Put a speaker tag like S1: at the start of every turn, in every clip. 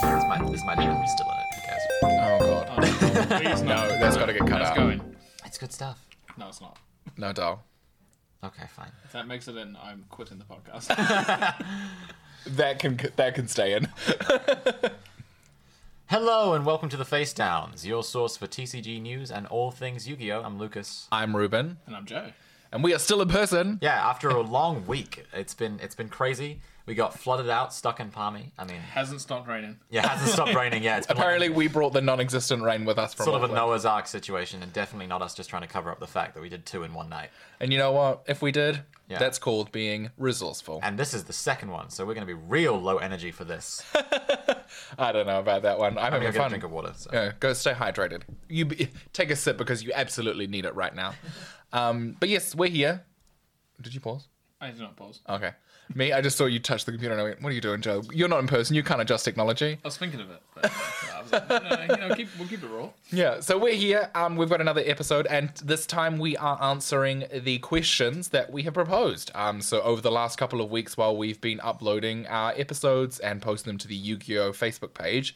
S1: because my name is still in it. Who cares?
S2: Oh god.
S3: Please, no.
S2: No, that's gotta get cut
S3: That's
S2: out.
S3: going.
S1: It's good stuff.
S3: No, it's not.
S2: No, doll.
S1: Okay, fine.
S3: If that makes it in, I'm quitting the podcast.
S2: That can that can stay in.
S1: Hello and welcome to the Face Downs, your source for TCG news and all things Yu-Gi-Oh. I'm Lucas.
S2: I'm Ruben,
S3: and I'm Joe.
S2: and we are still in person.
S1: Yeah, after a long week, it's been it's been crazy. We got flooded out, stuck in Palmy. I mean,
S3: Hasn't stopped raining.
S1: yeah, it hasn't stopped raining yet. It's been like
S2: Apparently, we brought the non-existent rain with us from
S1: sort of a
S2: Auckland.
S1: Noah's Ark situation, and definitely not us just trying to cover up the fact that we did two in one night.
S2: And you know what? If we did,
S1: Yeah.
S2: that's called being resourceful.
S1: And this is the second one, so we're going to be real low energy for this.
S2: I don't know about that one. I'm
S1: I'm going to
S2: having
S1: get a
S2: fun.
S1: drink of water. So.
S2: Yeah, go stay hydrated. You b- take a sip because you absolutely need it right now. Um, but yes, we're here. Did you pause?
S3: I did not pause. I
S2: Okay. Me, I just saw you touch the computer and I went, "What are you doing, Joe? You're not in person. You can't adjust technology."
S3: was thinking of it, but uh, I was like, no, no, no, you know, keep, we'll keep it raw.
S2: Yeah, so we're here. Um, we've got another episode, and this time we are answering the questions that we have proposed. Um, so over the last couple of weeks, while we've been uploading our episodes and posting them to the Yu-Gi-Oh Facebook page,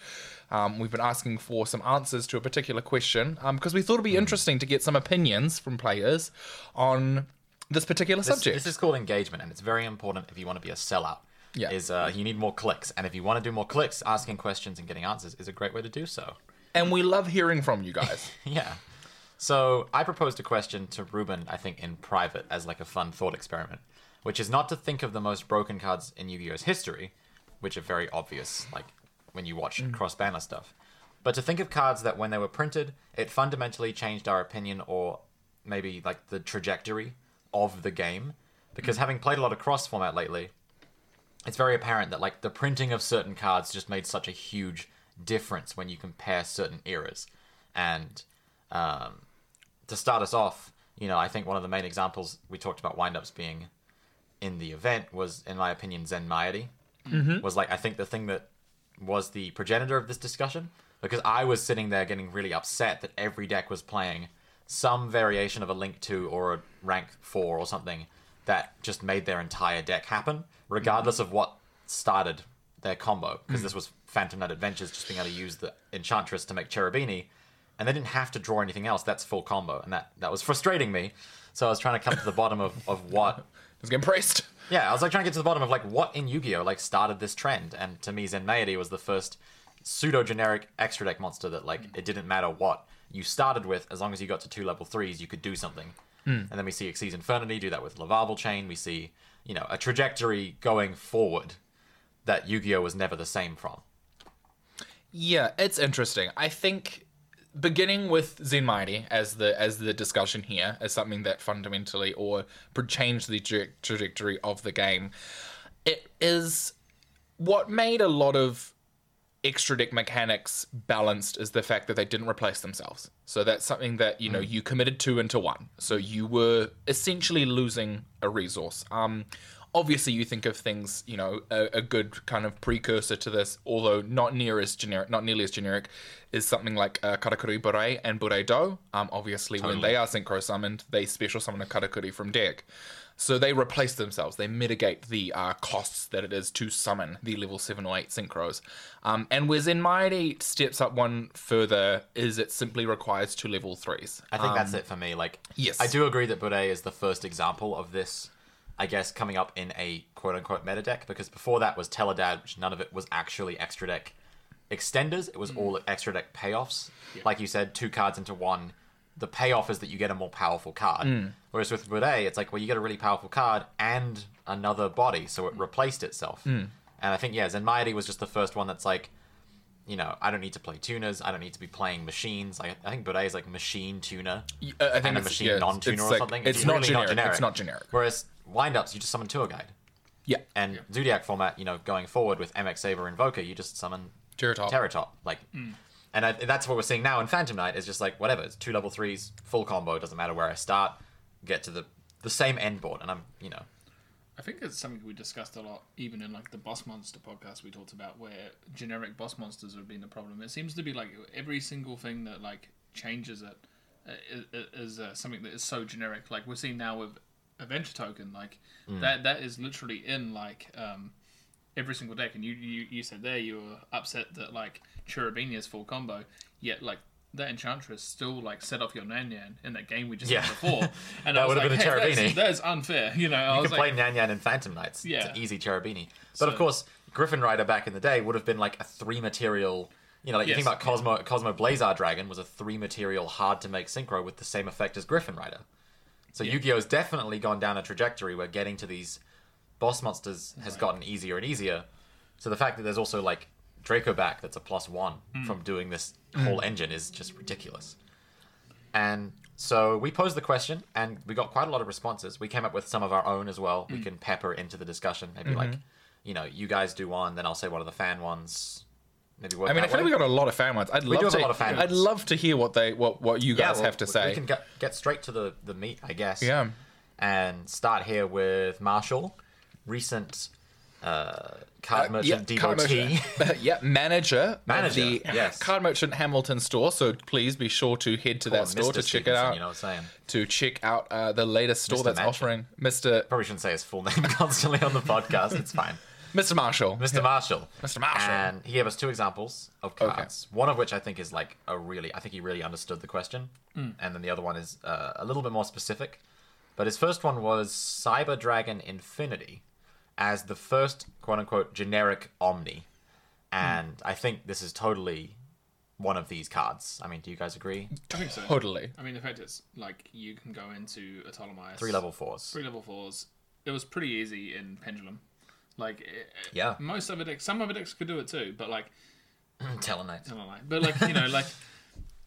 S2: um, we've been asking for some answers to a particular question. Um, because we thought
S1: Hmm.
S2: it'd be interesting to get some opinions from players on this particular
S1: This,
S2: subject.
S1: this is called engagement, and it's very important if you want to be a sellout.
S2: Yeah.
S1: Is uh, you need more clicks, and if you want to do more clicks, asking questions and getting answers is a great way to do so.
S2: and we love hearing from you guys.
S1: Yeah. So I proposed a question to Ruben, I think, in private as like a fun thought experiment, which is not to think of the most broken cards in Yu-Gi-Oh's history, which are very obvious, like when you watch cross-banner stuff, but to think of cards that when they were printed, it fundamentally changed our opinion or maybe like the trajectory of the game. Because having played a lot of cross format lately, it's very apparent that like the printing of certain cards just made such a huge difference when you compare certain eras and um, to start us off you know i think one of the main examples we talked about windups being in the event was in my opinion zen miety was like i think the thing that was the progenitor of this discussion because i was sitting there getting really upset that every deck was playing some variation of a link 2 or a rank 4 or something that just made their entire deck happen regardless of what started their combo because this was phantom knight adventures just being able to use the enchantress to make cherubini and they didn't have to draw anything else that's full combo and that that was frustrating me so i was trying to come to the bottom of, of what
S2: Just getting pressed.
S1: yeah, I was like trying to get to the bottom of like what in Yu-Gi-Oh like started this trend, and to me, Zenmaity was the first pseudo-generic extra deck monster that like it didn't matter what you started with, as long as you got to two level threes, you could do something. And then we see Xyz Infernity do that with Lavable Chain. We see you know a trajectory going forward that Yu-Gi-Oh was never the same from.
S2: Yeah, it's interesting. I think beginning with Zen Mighty as the as the discussion here is something that fundamentally or pr- changed the tra- trajectory of the game. It is what made a lot of extra deck mechanics balanced is the fact that they didn't replace themselves. So that's something that you know you committed two into one. So you were essentially losing a resource. Um, obviously you think of things you know a, a good kind of precursor to this, although not near as generic, not nearly as generic, is something like uh, Karakuri Bure and Bure Do. Um, obviously when they are synchro summoned, they special summon a Karakuri from deck. So they replace themselves. They mitigate the uh, costs that it is to summon the level seven or eight synchros. Um, and where Zen Mighty steps up one further is it simply requires two level threes.
S1: I think that's it for me. Like,
S2: yes.
S1: I do agree that Bude is the first example of this. I guess coming up in a quote unquote meta deck because before that was Teledad, which none of it was actually extra deck extenders. It was all extra deck payoffs. Like you said, two cards into one. The payoff is that you get a more powerful card.
S2: Mm.
S1: Whereas with Bude, it's like, well, you get a really powerful card and another body, so it replaced itself.
S2: Mm.
S1: And I think, yeah, Zenmiety was just the first one that's like, you know, I don't need to play tuners. I don't need to be playing machines. I, I think Bude is like machine tuner
S2: Y- uh, I think
S1: and a
S2: it's-
S1: machine
S2: yeah, it's-
S1: non-tuner
S2: it's
S1: or
S2: like-
S1: something.
S2: It's, not,
S1: really
S2: generic. It's not generic.
S1: Whereas windups, you just summon tour guide,
S2: Yeah.
S1: and Zodiac format, you know, going forward with MX Saber Invoker, you just summon
S2: Terratop.
S1: Terratop. Like, and I, that's what we're seeing now in Phantom Knight is just like whatever. It's two level threes, full combo. Doesn't matter where I start, get to the the same end board, and I'm you know
S3: I think it's something we discussed a lot, even in like the boss monster podcast we talked about, where generic boss monsters have been the problem. It seems to be like every single thing that like changes it uh, i- i- is uh, something that is so generic. Like
S1: Mm.
S3: we're seeing now with Adventure Token, like that that is literally in like um, every single deck. And you, you, you said there you were upset that like Cherubinia's full combo, yet like that Enchantress still like set off your Nan Nan in that game we just
S1: Yeah.
S3: had before. And
S1: That
S3: I was
S1: would've been
S3: like,
S1: a
S3: hey, that is-
S1: Cherubini."
S3: That is unfair. You know, I
S1: You
S3: was
S1: can
S3: like,
S1: play Nanyan and Phantom Knights.
S3: Yeah.
S1: It's an easy Cherubini. But of
S3: So-
S1: course, Griffin Rider back in the day would have been like a three material. You know, like you
S3: Yes.
S1: think about Cosmo Cosmo Blazar Dragon was a three material hard to make synchro with the same effect as Griffin Rider. So Yu-Gi-Oh's definitely gone down a trajectory where getting to these boss monsters has gotten easier and easier. So the fact that there's also like Draco back that's a plus one
S2: Hmm.
S1: from doing this whole engine is just ridiculous. And so we posed the question, and we got quite a lot of responses. We came up with some of our own as well.
S2: Hmm.
S1: We can pepper into the discussion, maybe
S2: Mm-hmm.
S1: like, you know, you guys do one, then I'll say what are the fan ones. Maybe work
S2: I mean, I
S1: that
S2: feel like
S1: way.
S2: we got a lot of fan ones. I'd love
S1: do have
S2: to.
S1: a lot of fan
S2: I'd
S1: ones.
S2: love to hear what they what what you guys
S1: well,
S2: have to
S1: we-
S2: say.
S1: We can get, get straight to the the meat, I guess.
S2: Yeah.
S1: And start here with Marshall, recent uh, card
S2: Yeah,
S1: merchant
S2: card
S1: devotee.
S2: merchant- yeah, manager,
S1: Manager,
S2: of the
S1: yes.
S2: card merchant Hamilton store. So please be sure to head to
S1: Or
S2: that store
S1: Mr.
S2: to check it
S1: Stevenson,
S2: out.
S1: You know what I'm saying?
S2: To check out uh, the latest store
S1: Mr.
S2: that's
S1: Manchin.
S2: offering Mr.
S1: Probably shouldn't say his full name constantly on the podcast. It's fine.
S2: Mr. Marshall.
S1: Mr. Marshall.
S2: Mr. Marshall.
S1: And he gave us two examples of
S2: Okay.
S1: cards. One of which I think is like a really, I think he really understood the question.
S2: Hmm.
S1: And then the other one is uh, a little bit more specific. But his first one was Cyber Dragon Infinity as the first quote unquote generic Omni.
S2: Hmm.
S1: And I think this is totally one of these cards. I mean, do you guys agree?
S3: I think so.
S2: Totally.
S3: I mean, the fact it's like you can go into a Ptolemaeus
S1: Three level fours.
S3: three level fours. It was pretty easy in Pendulum. Like it,
S1: Yeah.
S2: Hmm.
S3: most other decks, some other decks could do it too, but like
S1: Telenites.
S3: I don't know. But like you know, like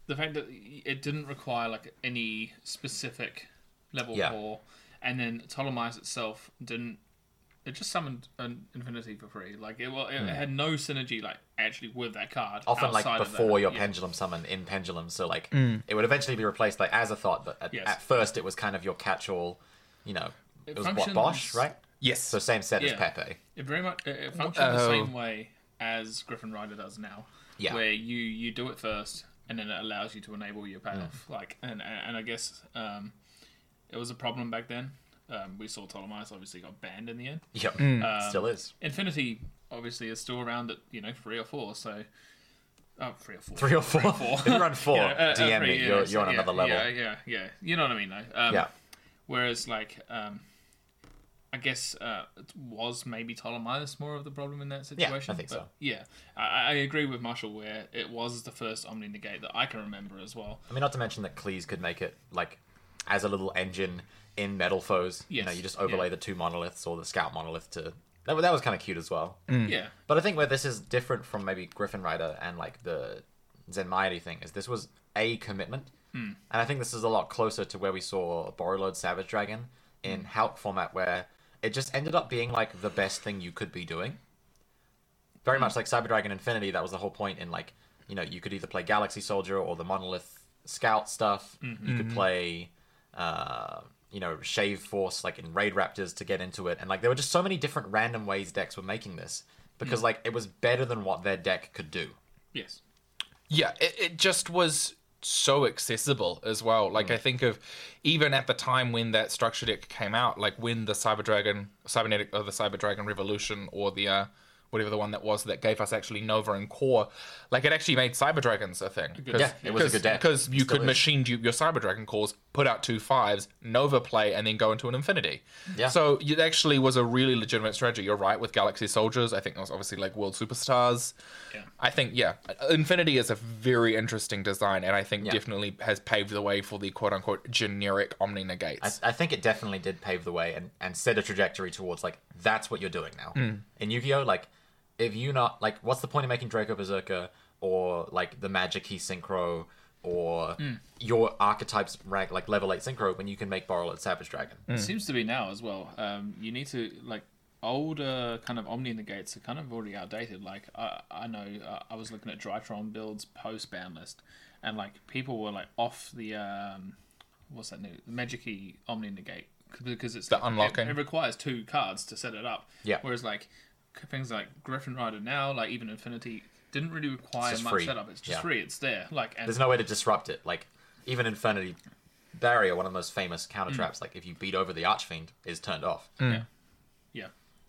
S3: the fact that it didn't require like any specific level
S1: Yeah.
S3: four, and then Ptolemaeus itself didn't. It just summoned an infinity for free. Like it, well, it had no synergy, like actually with that card.
S1: Hmm. Often like
S3: outside of that.
S1: before your
S3: Yeah.
S1: pendulum summon in pendulum, so like it would eventually be replaced like as a thought, but at,
S3: Yes.
S1: at first it was kind of your catch-all. You know, it, was
S3: functions-
S1: what Bosch, right?
S2: Yes.
S1: So same set as
S3: Yeah.
S1: Pepe.
S3: It very much it, it functioned the
S2: Oh.
S3: same way as Griffin Rider does now.
S1: Yeah.
S3: Where you you do it first, and then it allows you to enable
S1: Mm.
S3: your payoff. Like, and and and I guess um, it was a problem back then. Um, we saw Ptolemaeus obviously got banned in the end.
S1: Yep,
S3: Um,
S1: still is
S3: Infinity obviously is still around at you know three or four. So, oh, three or four.
S1: three or four.
S3: four.
S1: if you run four,
S3: You know, uh, uh,
S1: DM
S3: three,
S1: me.
S3: yeah,
S1: you're,
S3: so
S1: you're on
S3: yeah,
S1: another level.
S3: Yeah,
S1: Yeah,
S3: yeah, yeah. You know what I mean, though. Um, Whereas, like, um, I guess uh, it was maybe Ptolemaeus more of the problem in that
S1: I
S3: situation.
S1: think
S3: but
S1: so.
S3: Yeah, I, I agree with Marshall where it was the first Omni Negate that I can remember as well.
S1: I mean, not to mention that Cleese could make it like as a little engine in Metal Foes. You know,
S3: Yes,
S1: you just overlay
S3: yeah.
S1: the two monoliths or the Scout monolith to. That, wa- that was kind of cute as well.
S3: Yeah,
S1: But I think where this is different from maybe Griffin Rider and like the Zen Mighty thing is this was a commitment. And I think this is a lot closer to where we saw Borrowload Savage Dragon in Hulk format where it just ended up being like the best thing you could be doing. Very much like Cyber Dragon Infinity, that was the whole point in like, you know, you could either play Galaxy Soldier or the Monolith Scout stuff. You could play uh, you know, Shave Force, like in Raid Raptors to get into it. And like there were just so many different random ways decks were making this because like it was better than what their deck could do.
S3: yes.
S2: Yeah, it, it just was so accessible as well. Like I think of even at the time when that structure deck came out, like when the Cyber Dragon cybernetic or the Cyber Dragon Revolution or the uh whatever the one that was that gave us actually Nova and Core, like it actually made Cyber Dragons a thing.
S1: Yeah, it was a good deck.
S2: Because you
S1: Still
S2: could
S1: is.
S2: machine du- your Cyber Dragon calls, put out two fives, Nova play, and then go into an infinity.
S1: Yeah.
S2: So it actually was a really legitimate strategy. You're right with Galaxy Soldiers. I think that was obviously like World Superstars.
S3: Yeah.
S2: I think yeah, Infinity is a very interesting design, and I think
S1: Yeah.
S2: definitely has paved the way for the quote unquote generic Omni negates.
S1: I think it definitely did pave the way and, and set a trajectory towards like that's what you're doing now. In Yu-Gi-Oh, like if you not like what's the point of making Draco Berserker or like the Magic Key Synchro or your archetypes rank like level eight synchro when you can make Borrel at Savage Dragon.
S3: It seems to be now as well. Um, you need to like older kind of Omni negates are kind of already outdated. Like I, I know uh, I was looking at Drytron builds post ban list, and like people were like off the um, what's that new Magic-y Omni negate because it's the
S2: unlocking.
S3: It, it requires two cards to set it up.
S1: Yeah.
S3: Whereas like things like Griffin Rider now, like even Infinity, didn't really require
S1: just
S3: much
S1: free.
S3: setup. It's just
S1: Yeah.
S3: free. It's there. Like and
S1: There's no way to disrupt it. Like even Infinity Barrier, one of the most famous counter traps, like if you beat over the Archfiend, is turned off.
S3: yeah.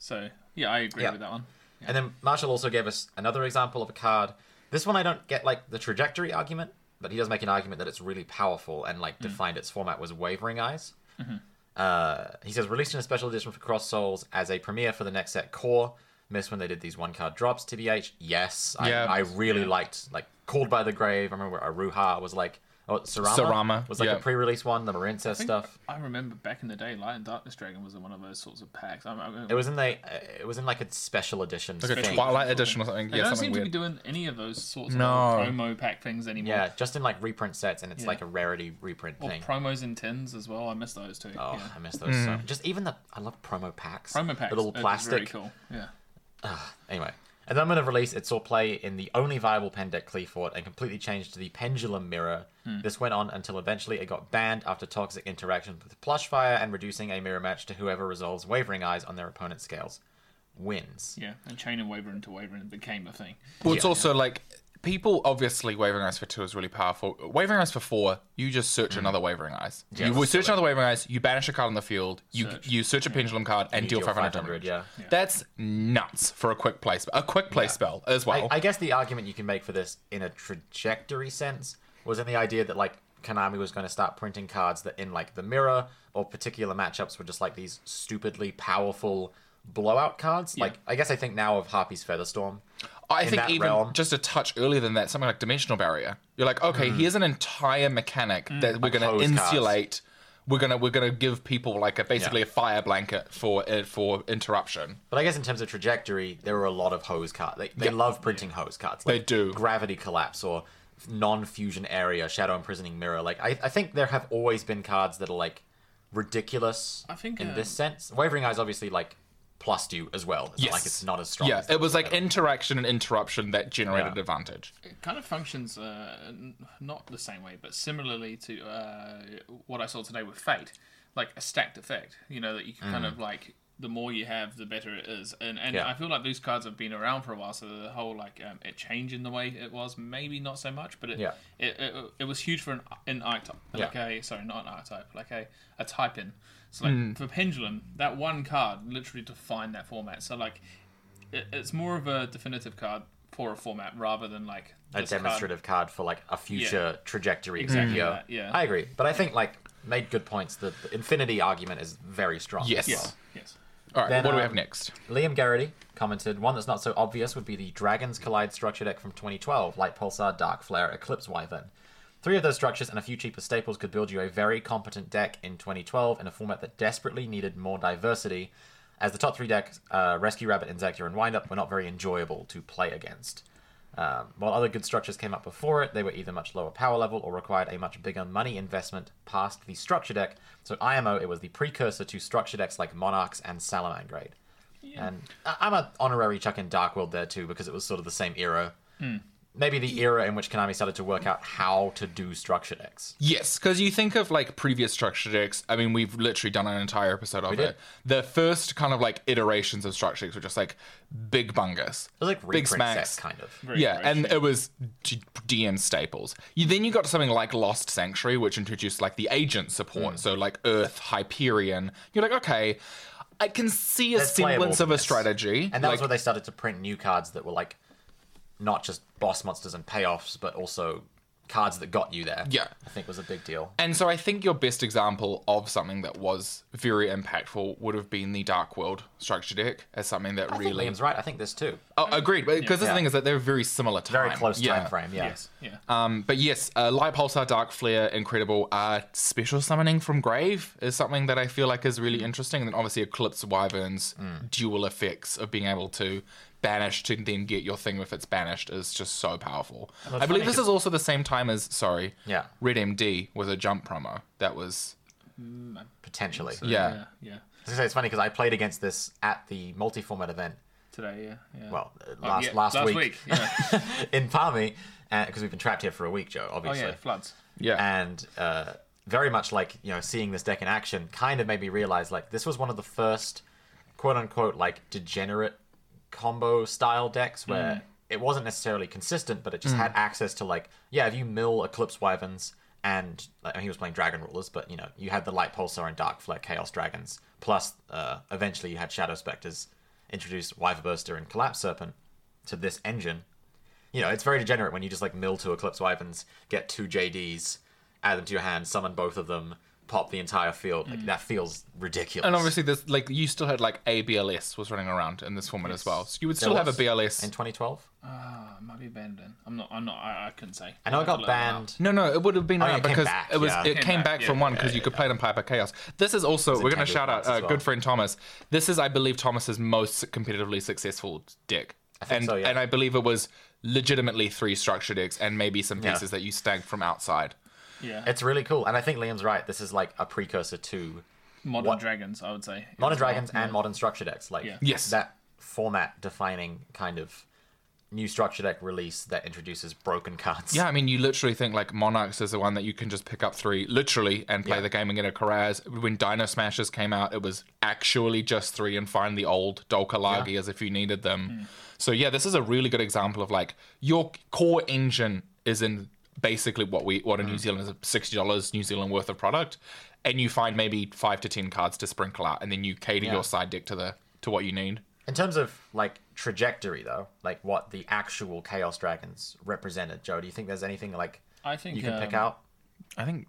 S3: So yeah, I agree
S1: Yeah.
S3: with that one.
S1: And then Marshall also gave us another example of a card. This one I don't get like the trajectory argument, but he does make an argument that it's really powerful and like
S2: Mm-hmm.
S1: defined its format was Wavering Eyes. Uh, he says released in a special edition for Cross Souls as a premiere for the next set core. Miss when they did these one card drops. Tbh, yes, I,
S2: Yeah.
S1: I really liked like Called by the Grave. I remember Aruha was like, oh, Sarama,
S2: Sarama,
S1: was like
S2: yeah.
S1: a pre-release one. The Marinsa
S3: think
S1: stuff.
S3: I remember back in the day, Light and Darkness Dragon was in one of those sorts of packs. I, I,
S1: It was in the. uh, It was in like a special edition.
S2: Like a
S1: thing.
S2: Twilight edition or something.
S3: They
S2: Yeah,
S3: don't
S2: something
S3: seem
S2: weird.
S3: to be doing any of those sorts
S2: No.
S3: of like, promo pack things anymore.
S1: Yeah, just in like reprint sets, and it's
S3: Yeah.
S1: like a rarity reprint
S3: Or
S1: thing.
S3: promos in tins as well. I miss those too.
S1: oh,
S3: yeah.
S1: I miss those. So just even the. I love promo packs.
S3: Promo packs.
S1: The little
S3: are just Very
S1: plastic.
S3: cool. Yeah.
S1: Anyway, at the moment of release, it saw play in the only viable pen deck Cleefort and completely changed to the Pendulum Mirror.
S3: Hmm.
S1: This went on until eventually it got banned after toxic interactions with Plushfire and reducing a mirror match to whoever resolves Wavering Eyes on their opponent's scales wins.
S3: Yeah. And Chain and Waver into Waver and became a thing.
S2: Well, it's also like people obviously wavering eyes for two is really powerful. Wavering eyes for four, you just search another wavering eyes. you will search another wavering eyes. You banish a card on the field. You
S3: Search.
S2: you search a pendulum card and,
S1: you
S2: deal
S1: deal
S2: five hundred
S1: 500,
S2: damage.
S1: yeah.
S2: that's nuts for a quick play spell. A quick play spell as
S1: I,
S2: well.
S1: I guess the argument you can make for this in a trajectory sense was in the idea that like Konami was going to start printing cards that in like the mirror or particular matchups were just like these stupidly powerful blowout cards. Like I guess I think now of Harpy's Featherstorm.
S2: I
S1: in
S2: think
S1: that
S2: even
S1: realm.
S2: just a touch earlier than that, something like dimensional barrier. You're like,
S1: Mm.
S2: okay, here's an entire mechanic that we're going to
S1: Opposed cards.
S2: insulate. We're gonna we're gonna give people like a basically
S1: Yeah.
S2: a fire blanket for uh, for interruption.
S1: But I guess in terms of trajectory, there were a lot of hose cards. They, they love printing hose cards.
S2: They
S1: Like
S2: do.
S1: Gravity Collapse or non-fusion area, Shadow Imprisoning Mirror. Like I, I think there have always been cards that are like ridiculous.
S3: I think,
S1: in
S3: um,
S1: this sense, Wavering Eyes obviously like plus you as well. It's not
S2: Yes.
S1: like it's not as strong.
S2: Yeah,
S1: as
S2: it was like interaction and interruption that generated
S1: Yeah.
S2: advantage.
S3: It kind of functions uh, n- not the same way, but similarly to uh, what I saw today with Fate, like a stacked effect. You know that you can kind of like the more you have, the better it is. And and
S1: Mm. Yeah.
S3: I feel like these cards have been around for a while, so the whole like um, it changing the way it was maybe not so much, but it
S1: Yeah.
S3: it, it, it was huge for an, an archetype, like a sorry not an archetype, like a a type in. So like
S1: Mm.
S3: for Pendulum, that one card literally defined that format. So like it, it's more of a definitive card for a format rather than like
S1: a
S3: this card.
S1: demonstrative card. for like a future trajectory.
S3: Exactly
S1: video.
S3: that, yeah.
S1: I agree. But I think like made good points. The, the infinity argument is very strong. as
S2: Yes.
S1: well.
S3: Yes, yes.
S2: All right,
S1: Then,
S2: what do we
S1: um,
S2: have next?
S1: Liam Garrity commented, one that's not so obvious would be the Dragons Collide structure deck from 2012, Light Pulsar, Dark Flare, Eclipse Wyvern. Three of those structures and a few cheaper staples could build you a very competent deck in 2012 in a format that desperately needed more diversity, as the top three decks, uh, Rescue Rabbit, Inzacure, and Windup, were not very enjoyable to play against. Um, while other good structures came up before it, they were either much lower power level or required a much bigger money investment past the structure deck. So IMO, it was the precursor to structure decks like Monarchs and Salamangrade. And I- I'm an honorary Chuck in Dark World there too because it was sort of the same era.
S3: Hmm.
S1: Maybe the era in which Konami started to work out how to do structure decks.
S2: Yes, because you think of like previous structure decks. I mean, we've literally done an entire episode of
S1: did.
S2: it. The first kind of like iterations of structure decks were just like big bungus.
S1: It was like
S2: Big
S1: reprint
S2: smacks.
S1: sets, kind of.
S3: Very
S2: yeah,
S3: fresh,
S2: and
S3: yeah.
S2: it was G- DM staples. You then you got to something like Lost Sanctuary, which introduced like the agent support,
S1: Mm.
S2: so like Earth, Hyperion. You're like, okay, I can see a
S1: There's
S2: semblance of a
S1: playableness.
S2: strategy,
S1: And that was
S2: like-
S1: where they started to print new cards that were like not just boss monsters and payoffs, but also cards that got you there.
S2: Yeah.
S1: I think was a big deal.
S2: And so I think your best example of something that was very impactful would have been the Dark World structure deck as something that
S1: I think
S2: really.
S1: Liam's right. I think this too.
S2: Oh, agreed. Because the
S1: Yeah.
S2: thing is that they're very similar time.
S1: Very close
S2: yeah.
S1: time frame. Yeah.
S3: Yes, yeah.
S2: Um, but yes, uh, Light Pulsar, Dark Flare, Incredible. Uh, special summoning from Grave is something that I feel like is really interesting. And then obviously Eclipse Wyverns,
S1: Mm.
S2: dual effects of being able to banish to then get your thing if it's banished is just so powerful. I believe
S1: funny
S2: this
S1: 'cause-
S2: is also the same time as, sorry,
S1: Yeah.
S2: Red MD was a jump promo. That was
S1: Potentially.
S3: So,
S2: yeah.
S3: yeah, yeah.
S1: I was gonna say, it's funny because I played against this at the multi-format event.
S3: Today, yeah, yeah.
S1: Well, uh,
S3: Oh,
S1: last
S3: yeah,
S1: last,
S3: week,
S1: week,
S3: yeah. Oh,
S1: in Palmy, because we've been trapped here for a week, Joe.
S3: oh
S1: Obviously.
S3: yeah, floods.
S2: Yeah.
S1: and uh, very much like you know seeing this deck in action kind of made me realize like this was one of the first quote unquote like degenerate combo style decks where
S3: Mm.
S1: it wasn't necessarily consistent but it just had access to like yeah if you mill eclipse wyverns and like, I mean, he was playing dragon rulers but you know you had the light pulsar and dark flare chaos dragons plus uh, eventually you had shadow specters introduced Wyverburster and Collapse Serpent to this engine, you know, it's very degenerate when you just like mill two Eclipse Wyverns, get two JDs, add them to your hand, summon both of them, pop the entire field.
S3: Mm.
S1: Like, That feels ridiculous.
S2: And obviously, there's like you still had like a BLS was running around in this format as well, so you would still
S1: There
S2: have a
S1: was
S2: BLS.
S1: in 2012.
S3: Ah, it might be banned then. I'm not. I'm not. I, I couldn't say.
S1: I know it
S3: I'll have
S1: got
S3: to look that up.
S1: banned.
S2: no, no, it would have been
S1: Oh, yeah,
S2: around
S1: it came
S2: because
S1: back,
S2: it was
S1: yeah.
S2: it came,
S3: Came
S2: back,
S3: back, yeah,
S2: from one
S3: yeah,
S2: because you could play it in Piper Chaos. This is also we're going to
S1: tactical
S2: shout out
S1: class
S2: uh,
S1: as well.
S2: good friend Thomas. This is, I believe, Thomas's most competitively successful deck,
S1: think
S2: and
S1: so, yeah.
S2: and I believe it was legitimately three structure decks and maybe some pieces that you snagged from outside.
S3: Yeah,
S1: It's really cool, and I think Liam's right. This is like a precursor to
S3: modern
S1: what-
S3: dragons. I would say
S1: modern dragons and modern structure decks. Like
S3: Yeah.
S2: Yes.
S1: that format defining kind of new structure deck release that introduces broken cards.
S2: Yeah, I mean, you literally think like Monarchs is the one that you can just pick up three literally and play
S1: Yeah.
S2: the game and get a Karaz. When Dino Smashers came out, it was actually just three and find the old Dolkalagi as if you needed them. So yeah, this is a really good example of like your core engine is in basically what we what in New Zealand is sixty dollars New Zealand worth of product, and you find maybe five to ten cards to sprinkle out, and then you cater your side deck to the to what you need.
S1: In terms of like trajectory though, like what the actual Chaos Dragons represented, Joe, do you think there's anything like
S3: I think
S1: you can pick
S3: um,
S1: out?
S2: I think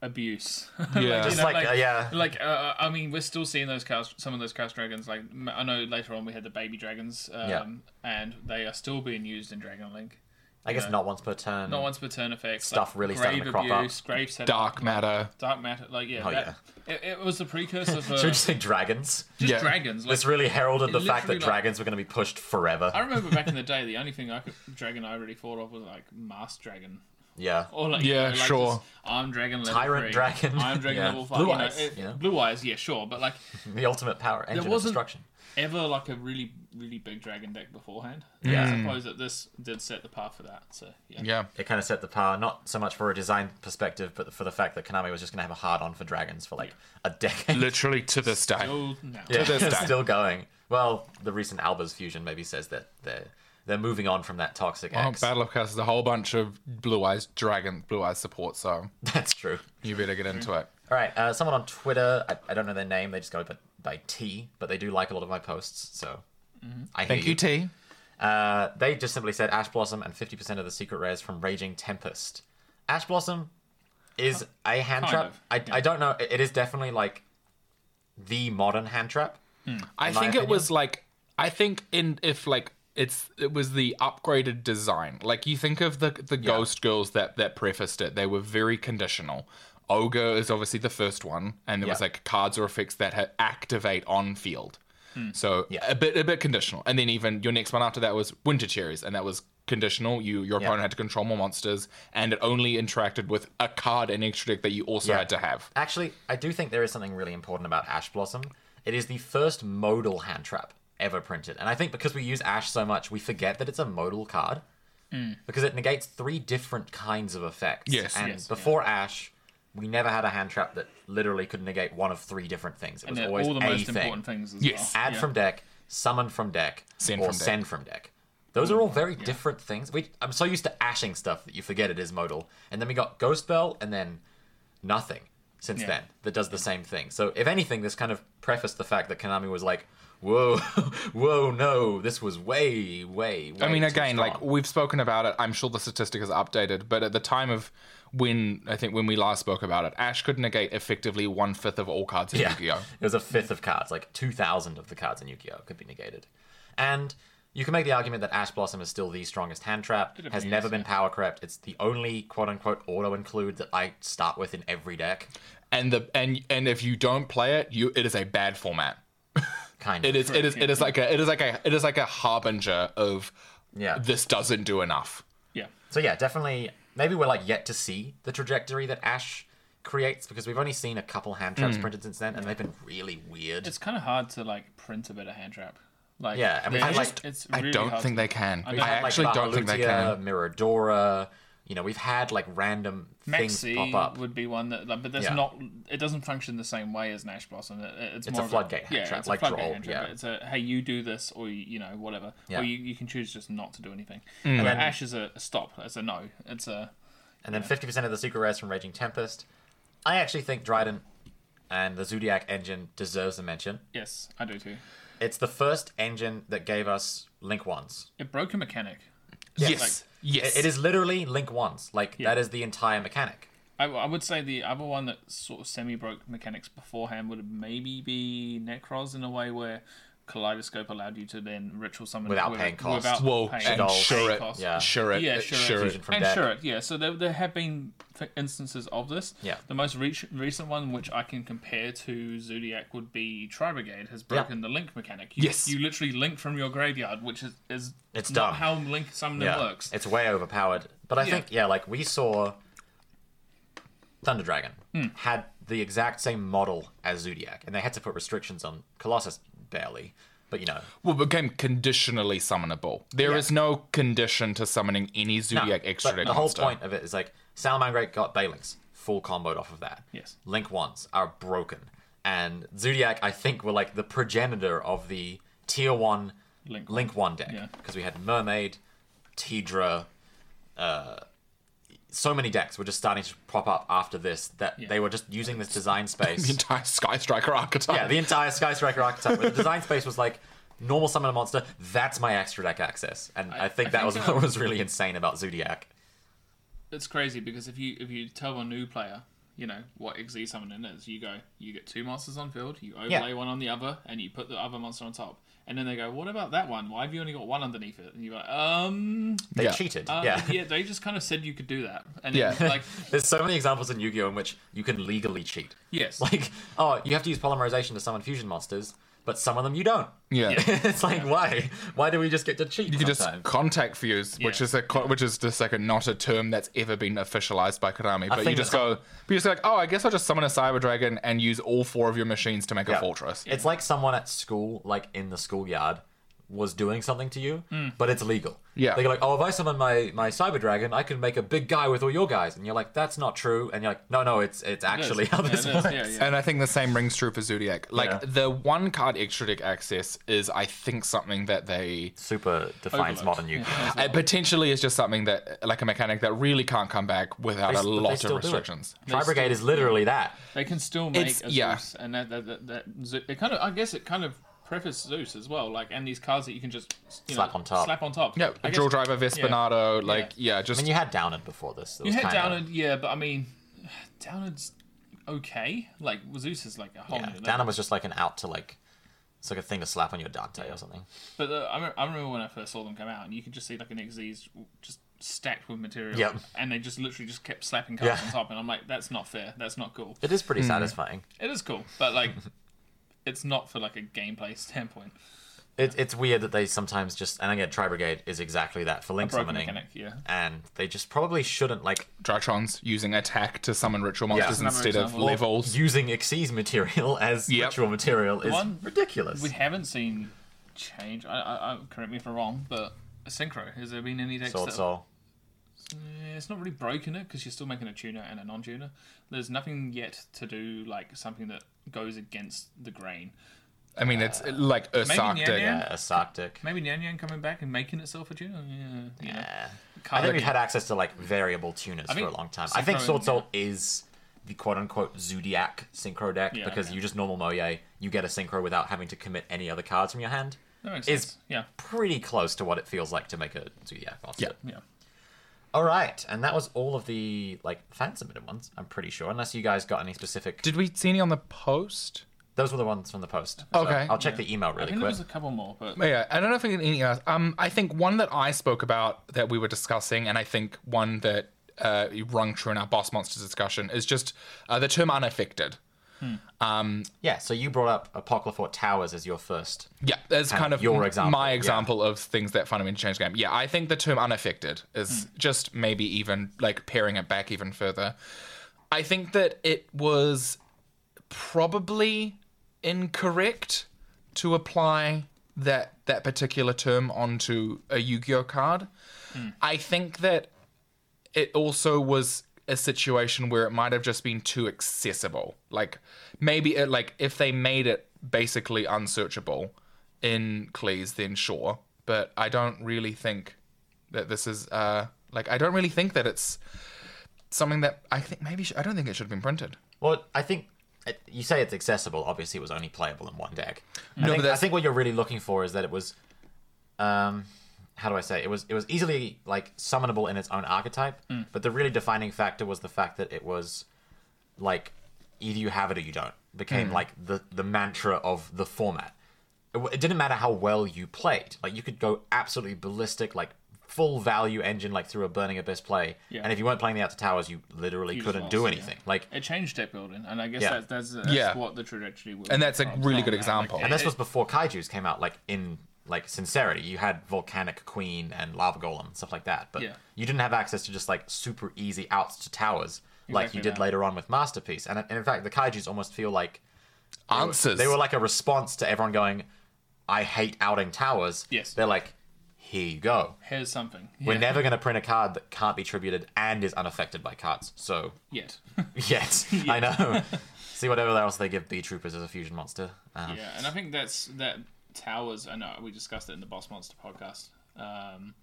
S3: abuse.
S2: Yeah.
S1: Just like, uh, yeah.
S3: Like uh, I mean, we're still seeing those cows. Some of those cows dragons. Like m- I know later on we had the baby dragons. Um,
S1: Yeah.
S3: And they are still being used in Dragon Link.
S1: I guess not once per turn.
S3: Not once per turn effects.
S1: Stuff
S3: like
S1: really starting
S3: grave
S1: to crop up.
S3: abuse, grave setup,
S2: dark matter.
S3: dark matter. Like yeah,
S1: Oh,
S3: that- It, it was the precursor for
S1: Should we
S3: just
S1: just say dragons?
S2: Yeah.
S3: dragons. Like,
S1: This really heralded the fact that
S3: literally, like-
S1: dragons were going to be pushed forever.
S3: I remember back in the day, the only thing I could dragon I really thought of was like mass dragon.
S1: Yeah.
S3: Or like
S2: Yeah,
S3: you know, like
S2: sure.
S3: just Arm dragon level
S1: Tyrant
S3: three,
S1: dragon.
S3: Arm dragon
S1: Yeah.
S3: level five.
S1: Blue
S3: you know,
S1: eyes,
S3: it-
S1: yeah.
S3: Blue eyes. Yeah, sure. But like
S1: The ultimate power engine of
S3: wasn't-
S1: destruction.
S3: ever like a really really big dragon deck beforehand.
S2: Mm.
S1: Yeah.
S3: I suppose that this did set the path for that. So yeah,
S2: Yeah.
S1: It kind of set the power, not so much for a design perspective, but for the fact that Konami was just going to have a hard on for dragons for like a decade.
S2: Literally to this day.
S3: Oh, no.
S1: Yeah,
S2: this
S1: it's
S2: day.
S1: still going. Well, the recent Albers fusion maybe says that they're they're moving on from that toxic
S2: Oh,
S1: X.
S2: Battle of Cast is a whole bunch of blue eyes dragon blue eyes support, so
S1: That's true.
S2: you better get into it.
S1: All right, uh, someone on Twitter, I, I don't know their name, they just go by, by T, but they do like a lot of my posts, so
S3: Mm-hmm.
S1: I hear
S2: Thank you, T.
S1: Uh, they just simply said Ash Blossom and 50% of the secret rares from Raging Tempest. Ash Blossom is a hand
S3: Kind
S1: trap.
S3: of,
S1: I, I don't know. It it is definitely like the modern hand trap.
S2: I
S1: my
S2: think it
S1: opinion.
S2: was like I think in if like it's it was the upgraded design. Like you think of the the ghost girls that that prefaced it, they were very conditional. Ogre is obviously the first one, and it was
S1: Yeah.
S2: like cards or effects that ha- activate on field. So
S1: Hmm. Yeah.
S2: a bit a bit conditional. And then even your next one after that was Winter Cherries, and that was conditional. You your opponent had to control more monsters, and it only interacted with a card and extra deck that you also
S1: Yeah.
S2: had to have.
S1: Actually, I do think there is something really important about Ash Blossom. It is the first modal hand trap ever printed. And I think because we use Ash so much, we forget that it's a modal card because it negates three different kinds of effects.
S2: Yes.
S1: And
S3: Mm. Yes, yeah.
S1: before Ash, we never had a hand trap that literally could negate one of three different things. It
S3: and
S1: was
S3: they're
S1: always
S3: all the
S1: a
S3: most
S1: thing.
S3: important things. As
S2: Yes.
S3: well.
S1: add
S3: Yeah.
S1: from deck, summon from deck,
S2: Send
S1: or
S2: from deck. Mm.
S1: send from deck. Those are all very different things. We, I'm so used to ashing stuff that you forget it is modal. And then we got Ghost Bell, and then nothing since
S3: Yeah.
S1: then that does the same thing. So if anything, this kind of prefaced the fact that Konami was like, "Whoa, whoa, no, this was way, way." way
S2: I mean,
S1: too
S2: again, like
S1: strong."
S2: we've spoken about it. I'm sure the statistic is updated, but at the time of when I think when we last spoke about it, Ash could negate effectively one fifth of all cards in
S1: Yeah.
S2: Yu-Gi-Oh.
S1: It was a fifth of cards, like 2,000 of the cards in Yu Gi Oh! could be negated. And you can make the argument that Ash Blossom is still the strongest hand trap,
S3: It
S1: has
S3: appears,
S1: never been power crept. It's the only quote unquote auto include that I start with in every deck.
S2: And the and and if you don't play it, you it is a bad format.
S1: Kind of.
S2: It is it is it is like a it is like a it is like a harbinger of
S1: Yeah.
S2: this doesn't do enough.
S3: Yeah.
S1: So yeah, definitely. Maybe we're like yet to see the trajectory that Ash creates because we've only seen a couple hand traps
S2: Hmm.
S1: printed since then, and they've been really weird.
S3: It's kind of hard to like print a bit of hand trap. Like
S1: Yeah, I mean, I
S3: there's-
S1: just-
S3: it's
S2: I
S3: really
S2: don't
S3: hard
S2: think
S3: to-
S2: they can. I,
S3: don't- Like
S2: actually don't think they
S1: Bahalutia,
S2: can.
S1: Miradora. You know, we've had like random
S3: Maxi
S1: things pop up.
S3: would be one that, like, but that's
S1: Yeah.
S3: not. It doesn't function the same way as Nash Blossom. It- it's more
S1: a
S3: of
S1: floodgate hand
S3: yeah,
S1: trap,
S3: it's a
S1: like
S3: floodgate
S1: Droll,
S3: hand trap.
S1: yeah.
S3: It's a hey, you do this, or you, you know, whatever,
S1: Yeah.
S3: or you, you can choose just not to do anything. And
S1: then-
S3: Ash is a, a stop. It's a no. It's a
S1: and then 50% of the secret rares from Raging Tempest. I actually think Dryden and the Zodiac engine deserves a mention.
S3: yes. I do too.
S1: It's the first engine that gave us Link ones.
S3: It broke a mechanic.
S2: Yes. yes.
S1: It- it is literally Link ones. Like
S3: Yeah.
S1: that is the entire mechanic.
S3: I, I would say the other one that sort of semi broke mechanics beforehand would maybe be Necros in a way where Kaleidoscope allowed you to then ritual summon
S1: Without paying cost.
S2: Whoa,
S3: paying
S2: and
S1: Shadol.
S2: sure it,
S3: cost.
S1: Yeah.
S2: sure it,
S3: Yeah,
S2: uh,
S3: sure it.
S2: sure it.
S1: Fusion from
S3: and
S1: deck.
S3: sure, yeah. So there, there have been th- instances of this.
S1: Yeah.
S3: The most re- recent one, which I can compare to Zodiac, would be Tri Brigade has broken the link mechanic. You,
S2: Yes.
S3: You literally link from your graveyard, which is is
S1: It's
S3: not
S1: dumb.
S3: how link summoning
S1: Yeah.
S3: works.
S1: It's way overpowered. But I
S3: Yeah.
S1: think yeah, like we saw Thunder Dragon
S3: Hmm.
S1: had the exact same model as Zodiac, and they had to put restrictions on Colossus barely. But you know,
S2: Well, became conditionally summonable. There is no condition to summoning any
S1: No,
S2: Zodiac extra.
S1: but the whole point of it is like Salamangreat got Balinx full comboed off of that.
S3: Yes.
S1: Link ones are broken, and Zodiac I think were like the progenitor of the tier one
S3: Link
S1: Link, one deck
S3: Yeah.
S1: because we had Mermaid, Tidra. Uh, so many decks were just starting to prop up after this that they were just using this design space.
S2: the entire Sky Striker archetype.
S1: yeah, the entire Sky Striker archetype. where the design space was like normal summon a monster. That's my extra deck access, and I, think
S3: I
S1: that
S3: think
S1: was
S3: I-
S1: what was really insane about Zodiac.
S3: It's crazy because if you if you tell a new player, you know what XZ summoning is, you go, you get two monsters on field, you overlay
S1: Yeah.
S3: one on the other, and you put the other monster on top. And then they go, what about that one? Why have you only got one underneath it? And you're like, um,
S1: They
S2: Yeah.
S1: cheated.
S3: uh,
S1: yeah.
S3: yeah. they just kind of said you could do that. And
S2: Yeah.
S3: yeah. like,
S1: There's so many examples in Yu-Gi-Oh in which you can legally cheat.
S3: yes.
S1: Like, oh, you have to use polymerization to summon fusion monsters, but some of them you don't.
S2: Yeah.
S1: it's like why? Why do we just get to cheat?
S2: You can just
S1: sometimes?
S2: contact fuse, which
S3: Yeah.
S2: is a co- which is just like a, not a term that's ever been officialized by Konami. But you
S1: think
S2: just go,
S1: that's-
S2: but you just like, oh, I guess I'll just summon a Cyber Dragon and use all four of your machines to make a
S1: Yeah.
S2: fortress.
S1: It's like someone at school, like in the schoolyard, was doing something to you,
S3: Hmm.
S1: but it's legal.
S2: Yeah.
S1: They're like, oh, if I summon my, my cyber dragon, I can make a big guy with all your guys, and you're like, that's not true, and you're like, no, no, it's it's actually how
S3: Yeah,
S1: this
S3: it is.
S1: works.
S3: Yeah, yeah.
S2: And I think the same rings true for Zodiac. Like
S1: Yeah.
S2: the one card extra deck access is, I think, something that they
S1: Super defines
S3: Overlooked.
S1: modern Yu-Gi-Oh.
S2: it Uh, potentially is just something that like a mechanic that really can't come back without a
S1: But they
S2: lot of
S1: still do it.
S2: restrictions.
S1: Tri Brigade is literally that.
S3: They can still make
S2: It's-
S3: a
S2: yeah.
S3: Zeus, and that that, that, that Ze- it kind of I guess it kind of prefaced Zeus as well, like and these cards that you can just you
S1: Slap
S3: know,
S1: on top.
S3: slap on top.
S2: Yeah,
S3: I guess
S2: Drill Driver, Vespanado, like yeah,
S1: I
S2: just
S1: mean, you had Downed before this. It
S3: You
S1: was
S3: had
S1: kinda-
S3: Downard, yeah, but I mean, Downard's okay. Like Zeus is like a whole
S1: Yeah,
S3: new level.
S1: Danum was just like an out to like, it's like a thing to slap on your Dante or something.
S3: But uh, I, remember, I remember when I first saw them come out, and you could just see like an XZ's just stacked with material,
S1: Yep.
S3: and they just literally just kept slapping cards
S1: Yeah.
S3: on top, and I'm like, that's not fair. That's not cool.
S1: It is pretty satisfying.
S3: It is cool, but like, it's not for like a gameplay standpoint.
S1: It, it's weird that they sometimes just and again, Tri Brigade is exactly that for link
S3: Broken
S1: summoning,
S3: mechanic, yeah.
S1: and they just probably shouldn't like
S2: Drytrons using attack to summon ritual monsters
S1: another
S2: instead of
S3: example.
S2: levels.
S1: using Xyz material as
S2: Yep.
S1: ritual material is
S3: one-
S1: ridiculous.
S3: We haven't seen change. I, I, I correct me if I'm wrong, but synchro. Has there been any decks
S1: Sword
S3: that
S1: Soul.
S3: Yeah, Eh, it's not really broken it because you're still making a tuner and a non-tuner. There's nothing yet to do like something that goes against the grain.
S2: I mean, it's like Ursarctic.
S3: Nyan Nyan?
S1: Yeah, Asarctic.
S3: Maybe Nyan Yan coming back and making itself a tuner. Yeah, you know.
S1: Yeah. I
S3: Kind
S1: think
S3: of-
S1: we've had access to like variable tuners for a
S3: think
S1: long time. I think
S3: Synchro
S1: Sword
S3: and-
S1: Soul is the quote unquote Zodiac synchro deck
S3: Yeah,
S1: because
S3: okay.
S1: you just normal Moye, you get a synchro without having to commit any other cards from your hand.
S3: That makes
S1: is-
S3: sense. Yeah,
S1: Pretty close to what it feels like to make a Zodiac monster.
S2: Yeah.
S3: yeah.
S1: All right, and that was all of the like fan submitted ones. I'm pretty sure, unless you guys got any specific.
S2: Did we see any on the post?
S1: Those were the ones from the post.
S2: Okay.
S1: I'll check the email
S3: I
S1: really
S3: think there
S1: quick.
S3: was a couple more, but
S2: Oh, Yeah, I don't know if we can anything else. Um, I think one that I spoke about that we were discussing, and I think one that uh, rung true in our boss monsters discussion is just uh, the term unaffected.
S1: Yeah, so you brought up Apocryphal Towers as your first.
S2: Yeah, that's kind,
S1: Kind
S2: of
S1: of your
S2: m-
S1: example,
S2: my
S1: yeah.
S2: example of things that fundamentally change the game. Yeah, I think the term unaffected is
S1: Hmm.
S2: just maybe even like pairing it back even further. I think that it was probably incorrect to apply that that particular term onto a Yu-Gi-Oh card.
S1: Hmm.
S2: I think that it also was a situation where it might have just been too accessible. Like maybe it like if they made it basically unsearchable in Cleese, then sure. But I don't really think that this is uh like I don't really think that it's something that I think maybe sh- I don't think it should have been printed.
S1: Well, I think it, you say it's accessible. Obviously, it was only playable in one deck. I,
S2: No, but
S1: think, I
S2: that's-
S1: think what you're really looking for is that it was, um, how do I say? It was it was easily like summonable in its own archetype,
S3: Mm.
S1: but the really defining factor was the fact that it was, like, either you have it or you don't. Became
S3: Mm.
S1: like the the mantra of the format. It, w- it didn't matter how well you played. Like you could go absolutely ballistic, like full value engine, like through a burning abyss play.
S3: Yeah.
S1: And if you weren't playing the outer towers, you literally
S3: You
S1: couldn't
S3: lost,
S1: do
S3: yeah.
S1: anything. Like
S3: It changed deck building, and I guess
S1: Yeah.
S3: that's that's, that's
S2: Yeah.
S3: what the trajectory was.
S2: And that's a really good example.
S1: And this
S3: it-
S1: was before kaiju's came out, like in like sincerity. You had Volcanic Queen and Lava Golem and stuff like that, but
S3: Yeah.
S1: you didn't have access to just like super easy outs to towers like you
S3: Exactly
S1: did
S3: that.
S1: later on with Masterpiece. And, and in fact, the kaiju's almost feel like
S2: Answers.
S1: they were like a response to everyone going, "I hate outing towers."
S3: Yes.
S1: they're like, "Here you go."
S3: here's something.
S1: We're
S3: Yeah.
S1: never going to print a card that can't be tributed and is unaffected by cards. So,
S3: yet.
S1: yes, I know. See whatever else they give B Troopers as a fusion monster. Um,
S3: yeah, and I think that's that towers. I know we discussed it in the Boss Monster podcast. Um,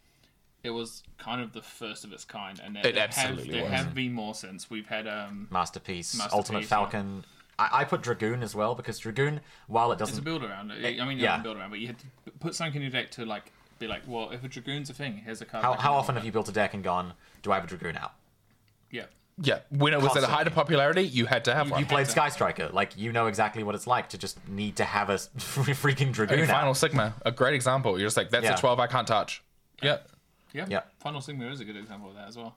S3: it was kind of the first of its kind, and there,
S2: It
S3: there
S2: absolutely
S3: have, there
S2: was.
S3: have been more since we've had. Um,
S1: Masterpiece,
S3: Masterpiece,
S1: Ultimate
S3: yeah.
S1: Falcon. I, I put Dragoon as well because Dragoon, while it
S3: it's a
S1: doesn't,
S3: build around. I mean,
S1: yeah.
S3: not a build around, but you had to put something in your deck to like be like, well, if a dragoon's a thing, here's a card.
S1: how,
S3: that can
S1: how
S3: go
S1: often
S3: with
S1: have you built a deck and gone, do I have a Dragoon out?
S3: it." Yeah,
S2: yeah, when it was at a height
S1: Constantly.
S2: of popularity, you had to have one.
S1: You played
S3: to.
S1: Sky Striker, like you know exactly what it's like to just need to have a s- freaking Dragoon
S2: Your
S1: out.
S2: Final Sigma, a great example. You're just like, that's
S1: Yeah.
S2: a 12 I can't touch. Yeah.
S3: yeah,
S1: Yeah.
S3: Final Sigma is a good example of that as well.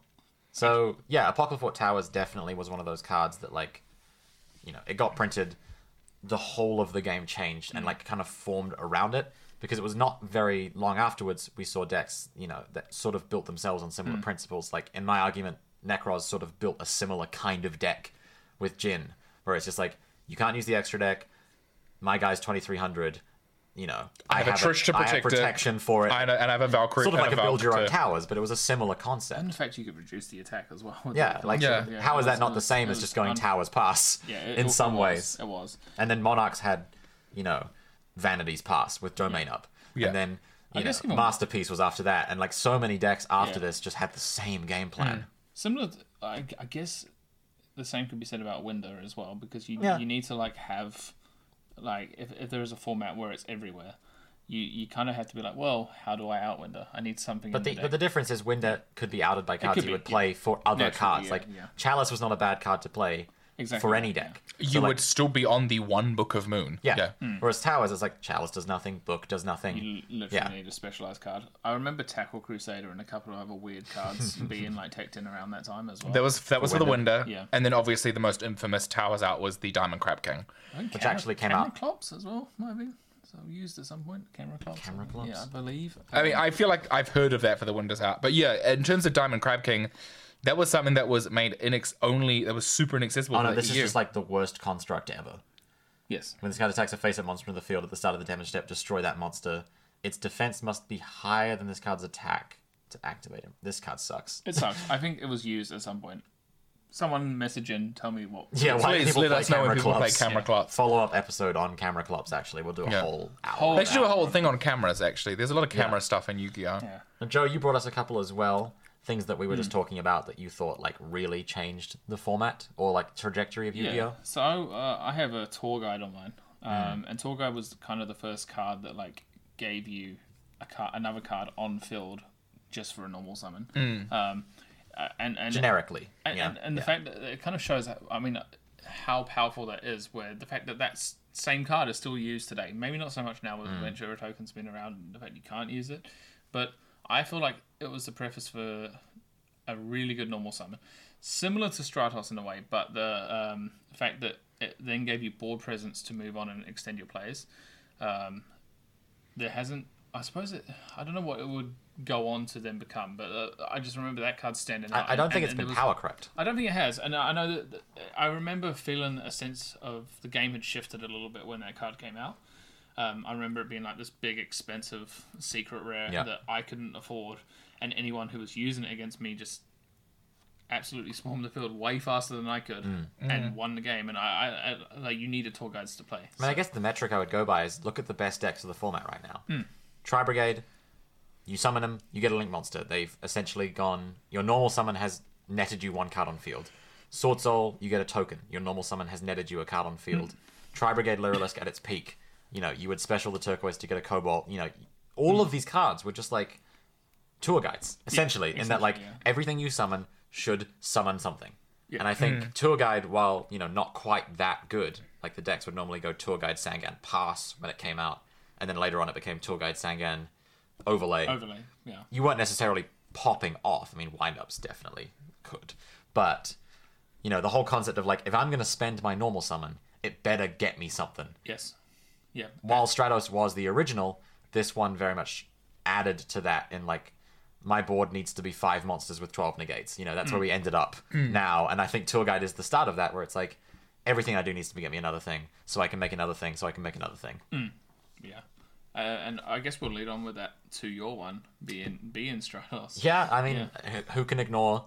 S1: So yeah, Apocryphal Towers definitely was one of those cards that like, you know, it got printed, the whole of the game changed
S2: Mm.
S1: and like kind of formed around it because it was not very long afterwards we saw decks you know that sort of built themselves on
S2: Mm.
S1: similar principles. Like in my argument, Necroz sort of built a similar kind of deck with Jin, where it's just like you can't use the extra deck. My guy's twenty three hundred. You know, I,
S2: have a Trish to
S1: I have
S2: protect it.
S1: protection for it.
S2: I, and I have a Valkyrie.
S1: sort of
S2: and
S1: like a build your own
S2: Valkyrie.
S1: towers, but it was a similar concept.
S3: And in fact, you could reduce the attack as well. with
S1: Yeah,
S3: that.
S1: like
S2: Yeah.
S1: how is
S3: it
S1: that
S3: was-
S1: not
S3: it
S1: the same
S3: was-
S1: as
S3: it
S1: just going
S3: was un-
S1: towers pass?
S3: Yeah, it-
S1: in
S3: it-
S1: some
S3: it was,
S1: ways.
S3: it was.
S1: And then monarchs had, you know, vanities pass with domain up,
S2: Yeah.
S1: and then you know,
S3: guess even-
S1: masterpiece was after that, and like so many decks after
S3: Yeah. Mm.
S1: this just had the same game plan.
S3: similar to, I, I guess the same could be said about window as well because you
S1: Yeah.
S3: you need to like have like if, if there is a format where it's everywhere you you kind of have to be like well how do i out window i need something
S1: But
S3: in the,
S1: the,
S3: deck.
S1: but the difference is Winder could be outed by cards
S3: could
S1: you
S3: be,
S1: would
S3: yeah.
S1: play for other
S3: Naturally,
S1: cards.
S3: yeah,
S1: like
S3: yeah.
S1: Chalice was not a bad card to play
S3: Exactly,
S1: for any
S3: yeah. Mm.
S1: deck.
S2: You
S1: So, like,
S2: would still be on the one Book of Moon.
S1: yeah. Whereas Towers, it's like Chalice does nothing, Book does nothing.
S3: you literally
S1: yeah.
S3: need a specialized card i remember tackle crusader and a couple of other weird cards being like tacked in around that time as well
S2: That was that was for the window,
S3: Yeah.
S2: and then obviously the most infamous towers out was the Diamond Crab King.
S3: which
S1: actually came
S3: camera
S1: out-
S3: clops as well might have been so used at some point camera clops
S1: Camera
S3: I think. yeah i
S1: clops. Uh,
S3: believe
S2: I mean, I feel like I've heard of that for the windows out, but yeah, in terms of Diamond Crab King, that was something that was made inex only that was super inaccessible.
S1: Oh
S2: for
S1: no,
S2: the
S1: this is
S2: EU.
S1: just like the worst construct ever.
S3: yes
S1: When this card attacks a face-up monster in the field at the start of the damage step, destroy that monster. Its defense must be higher than this card's attack to activate him. This card sucks.
S3: It sucks. I think it was used at some point. Someone message in, tell me what.
S1: Yeah, why do
S2: Please
S1: people
S2: let
S1: play
S2: us know when
S1: camera
S2: people play
S1: clubs?
S2: camera clots.
S1: Follow-up episode on camera clubs. Actually, we'll do a
S2: Yeah.
S1: whole hour.
S3: Whole-
S2: They should do a whole thing on cameras. Actually, there's a lot of camera stuff in Yu-Gi-Oh.
S3: Yeah.
S1: And Joe, you brought us a couple as well. Things that we were
S3: Hmm.
S1: just talking about that you thought like really changed the format or like trajectory of Yu-Gi-Oh.
S3: Yeah. So uh, I have a tour guide on mine, um, and tour guide was kind of the first card that like gave you a card, another card on field, just for a normal summon. Um, uh, and and
S1: Generically,
S3: and,
S1: yeah.
S3: and, and the fact that it kind of shows, I mean, how powerful that is. Where the fact that that s- same card is still used today, maybe not so much now
S1: Mm.
S3: with Ventura tokens been around, and the fact you can't use it, but I feel like it was the preface for a really good normal summon, similar to Stratos in a way, but the um, fact that it then gave you board presence to move on and extend your plays. Um, there hasn't. I suppose it. I don't know what it would go on to then become, but uh, I just remember that card standing. out,
S1: I, I don't
S3: and-
S1: think
S3: and-
S1: it's
S3: and
S1: been
S3: it was-
S1: power crept.
S3: I don't think it has, and I I know that I remember feeling a sense of the game had shifted a little bit when that card came out. Um, I remember it being like this big, expensive secret rare
S1: Yeah.
S3: that I couldn't afford, and anyone who was using it against me just absolutely swarmed the field way faster than I could
S1: Mm.
S3: and won the game. And I, I, I like you needed tour guides to play.
S1: I mean, I guess the metric I would go by is look at the best decks of the format right now.
S3: Hmm.
S1: Tri Brigade, you summon them, you get a Link Monster. They've essentially gone. Your normal summon has netted you one card on field. Sword Soul, you get a token. Your normal summon has netted you a card on field.
S3: Hmm.
S1: Tri Brigade Lyrilisk at its peak, you know, you would special the Turquoise to get a Cobalt. You know, all of these cards were just like tour guides, essentially, in that like
S3: essentially, yeah.
S1: everything you summon should summon something.
S3: Yeah.
S1: And I think tour guide, while you know not quite that good, like the decks would normally go tour guide Sangan pass when it came out, and then later on it became tour guide Sangan overlay
S3: Overlay, yeah.
S1: you weren't necessarily popping off. I mean, wind-ups definitely could, but you know, the whole concept of like, if I'm going to spend my normal summon, it better get me something.
S3: Yes. Yeah.
S1: While Stratos was the original, this one very much added to that in like, my board needs to be five monsters with twelve negates. You know, that's where we ended up now, and I think Tour Guide is the start of that, where it's like. Everything I do needs to be get me another thing, so I can make another thing, so I can make another thing.
S3: Yeah. Uh, and I guess we'll lead on with that to your one, being being Stratos.
S1: Yeah, I mean, wh- who can ignore?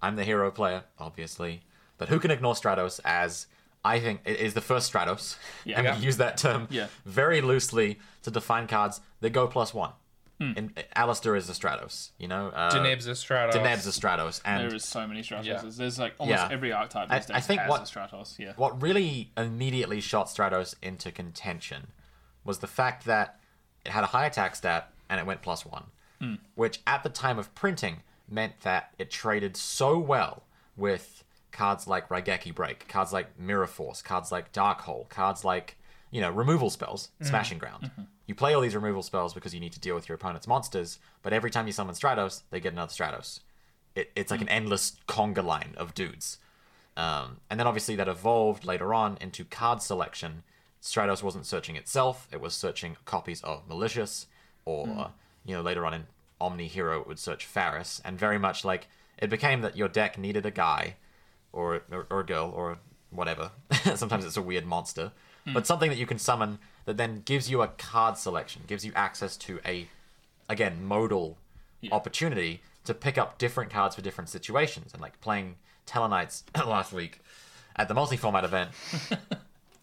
S1: I'm the hero player, obviously, but who can ignore Stratos as I think it is the first Stratos?
S3: Yeah.
S1: I'm gonna
S2: Yeah.
S1: use that term
S3: Yeah.
S1: very loosely to define cards that go plus one. And Alistair is a Stratos, you know. Uh,
S2: Deneb's a Stratos.
S1: Deneb's a Stratos, and
S3: There is so many Stratos.
S2: Yeah.
S3: There's like almost
S1: Yeah.
S3: every archetype
S1: I-
S3: these days
S1: I think
S3: has
S1: what-
S3: a Stratos. Yeah.
S1: what really immediately shot Stratos into contention was the fact that it had a high attack stat and it went plus one, which at the time of printing meant that it traded so well with cards like Raigeki Break, cards like Mirror Force, cards like Dark Hole, cards like, you know, removal spells, Smashing Ground. You play all these removal spells because you need to deal with your opponent's monsters, but every time you summon Stratos, they get another Stratos. It, it's like an endless conga line of dudes. Um, and then obviously that evolved later on into card selection. Stratos wasn't searching itself; it was searching copies of Malicious, or you know later on in Omni Hero it would search Faris, and very much like it became that your deck needed a guy, or or, or a girl, or whatever. Sometimes it's a weird monster, but something that you can summon that then gives you a card selection, gives you access to a again modal opportunity to pick up different cards for different situations and like playing Telenites last week at the multi-format event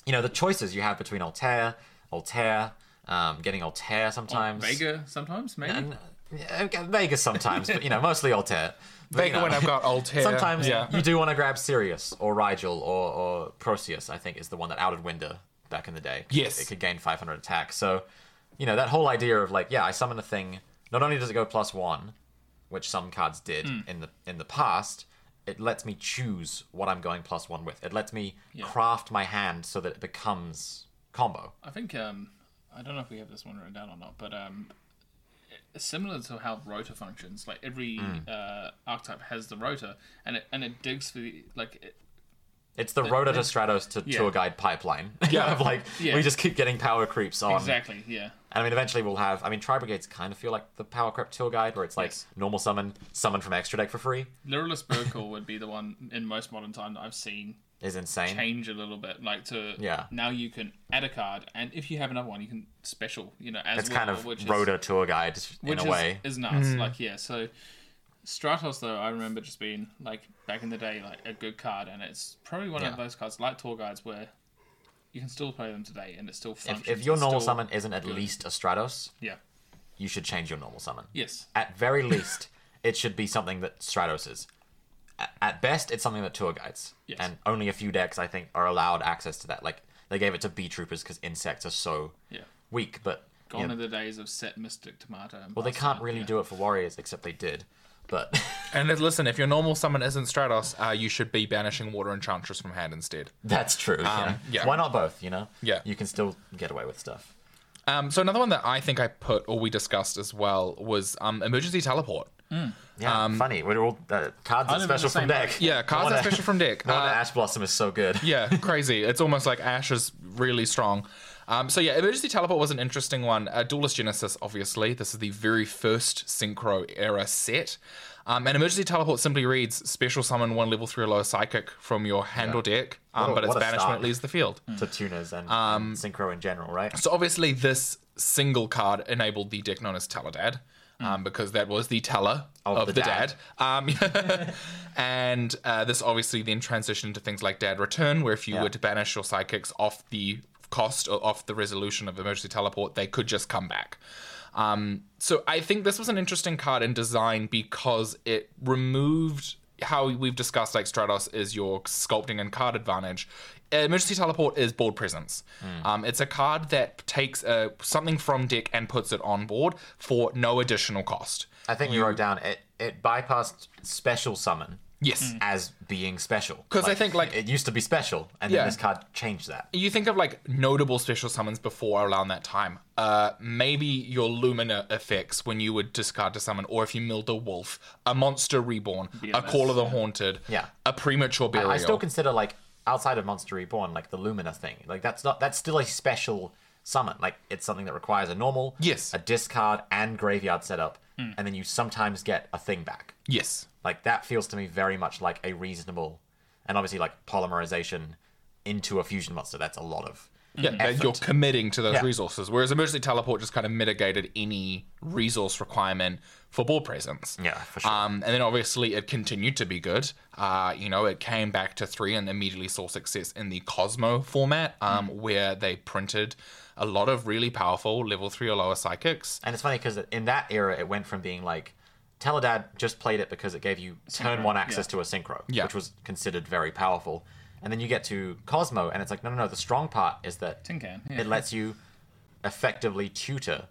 S1: you know the choices you have between Altair Altair um, getting Altair sometimes
S3: Vega sometimes maybe.
S1: and, yeah, okay, Vega sometimes but you know mostly Altair But, you
S2: Vega
S1: know,
S2: when I've got Altair.
S1: sometimes
S2: yeah.
S1: you do want to grab Sirius or Rigel or, or Proteus I think is the one that outed Winder back in the day
S2: Yes.
S1: it could gain 500 attack so you know that whole idea of like yeah I summon a thing not only does it go plus one which some cards did
S2: Hmm.
S1: in the in the past, it lets me choose what I'm going plus one with. It lets me craft my hand so that it becomes combo.
S3: I think um, I don't know if we have this one written down or not, but um, it's similar to how rotor functions. Like every
S1: Mm.
S3: uh, archetype has the rotor, and it and it digs for the like. e, It,
S1: It's the Rota to Stratos to
S3: yeah.
S1: tour guide pipeline.
S2: Yeah.
S1: of like
S3: Yeah.
S1: we just keep getting power creeps on.
S3: exactly, yeah.
S1: And I mean, eventually we'll have. I mean, Tri Brigades kind of feel like the power creep tour guide, where it's like
S3: Yes.
S1: normal summon, summon from extra deck for free,
S3: Lyrillus Burkle would be the one in most modern time that I've seen
S1: is insane.
S3: change a little bit, like to
S1: Yeah.
S3: Now you can add a card, and if you have another one, you can special. You know, as
S1: it's
S3: well,
S1: kind of
S3: which is-
S1: Rota tour guide in
S3: which
S1: a
S3: is,
S1: way.
S3: is nuts. Like yeah, so Stratos though I remember just being like back in the day like a good card, and it's probably one
S1: Yeah.
S3: of those cards like tour guides where you can still play them today and it still functions.
S1: If, if your
S3: it's
S1: normal
S3: still-
S1: summon isn't at least a Stratos,
S3: yeah,
S1: you should change your normal summon.
S3: yes,
S1: at very least, it should be something that Stratos is. A- At best, it's something that tour guides.
S3: Yes.
S1: And only a few decks, I think, are allowed access to that. Like, they gave it to bee troopers because insects are so
S3: yeah.
S1: weak, but you
S3: Gone
S1: know,
S3: are the days of set Mystic Tomato. And
S1: well, they can't really do it for warriors, except they did. But
S2: And if- listen, if your normal summon isn't Stratos, uh, you should be banishing Water Enchantress from hand instead.
S1: that's true. you know?
S2: Um, yeah.
S1: Why not both, you know?
S2: Yeah.
S1: You can still get away with stuff.
S2: Um, so another one that I think I put or we discussed as well was um, emergency teleport.
S1: Yeah,
S2: Um,
S1: funny. We're all uh, cards are
S3: I live in
S1: special
S3: the same
S1: from deck.
S3: boat.
S2: Yeah, cards
S1: Wanna-
S2: are special from deck.
S1: No wonder
S2: Uh,
S1: Ash Blossom is so good.
S2: yeah, crazy. It's almost like Ash is really strong. Um, so yeah, emergency teleport was an interesting one. Uh, Duelist Genesis, obviously, this is the very first Synchro era set. Um, and emergency teleport simply reads special summon one level three or lower psychic from your hand or deck, um,
S1: a-
S2: but its
S1: what a
S2: banishment
S1: start.
S2: leaves the field.
S1: To tuners and,
S2: Um,
S1: and synchro in general, right?
S2: So obviously, this single card enabled the deck known as Teledad,
S1: Hmm.
S2: um, because that was the teller of, the, dad. Um, and uh, this obviously then transitioned to things like Dad Return, where if you were to banish your psychics off the cost or off the resolution of emergency teleport, they could just come back. Um, so I think this was an interesting card in design because it removed how we've discussed like Stratos is your sculpting and card advantage. Emergency teleport is board presence. Um, it's a card that takes uh, something from deck and puts it on board for no additional cost.
S1: I think we wrote down it. It bypassed special summon
S2: Yes.
S1: as being special
S2: 'Cause I think, like-
S1: it used to be special, and
S2: Yeah.
S1: then this card changed that.
S2: You think of like notable special summons before around that time. Uh, maybe your Lumina effects when you would discard to summon, or if you milled a wolf, a monster reborn, a
S3: BMS,
S2: call of the haunted,
S1: Yeah.
S2: a premature burial.
S1: I still consider like outside of Monster Reborn, like the Lumina thing. Like that's not that's still a special summon. Like it's something that requires a normal,
S2: Yes. Hmm.
S1: a discard and graveyard setup, and then you sometimes get a thing back.
S2: yes.
S1: Like that feels to me very much like a reasonable, and obviously like polymerization into a fusion monster. That's a lot of
S2: Yeah, that you're committing to those
S1: Yeah.
S2: resources. Whereas emergency teleport just kind of mitigated any resource requirement for board presence.
S1: Yeah, for sure.
S2: Um, and then obviously it continued to be good. Uh, you know, it came back to three and immediately saw success in the Cosmo format, um, where they printed a lot of really powerful level three or lower psychics.
S1: And it's funny because in that era, it went from being like Teledad just played it because it gave you turn
S3: Synchro,
S1: one access
S3: yeah.
S1: to a synchro,
S2: Yeah.
S1: which was considered very powerful. And then you get to Cosmo, and it's like, no, no, no. The strong part is that
S3: Tin can. Yeah.
S1: it lets you effectively tutor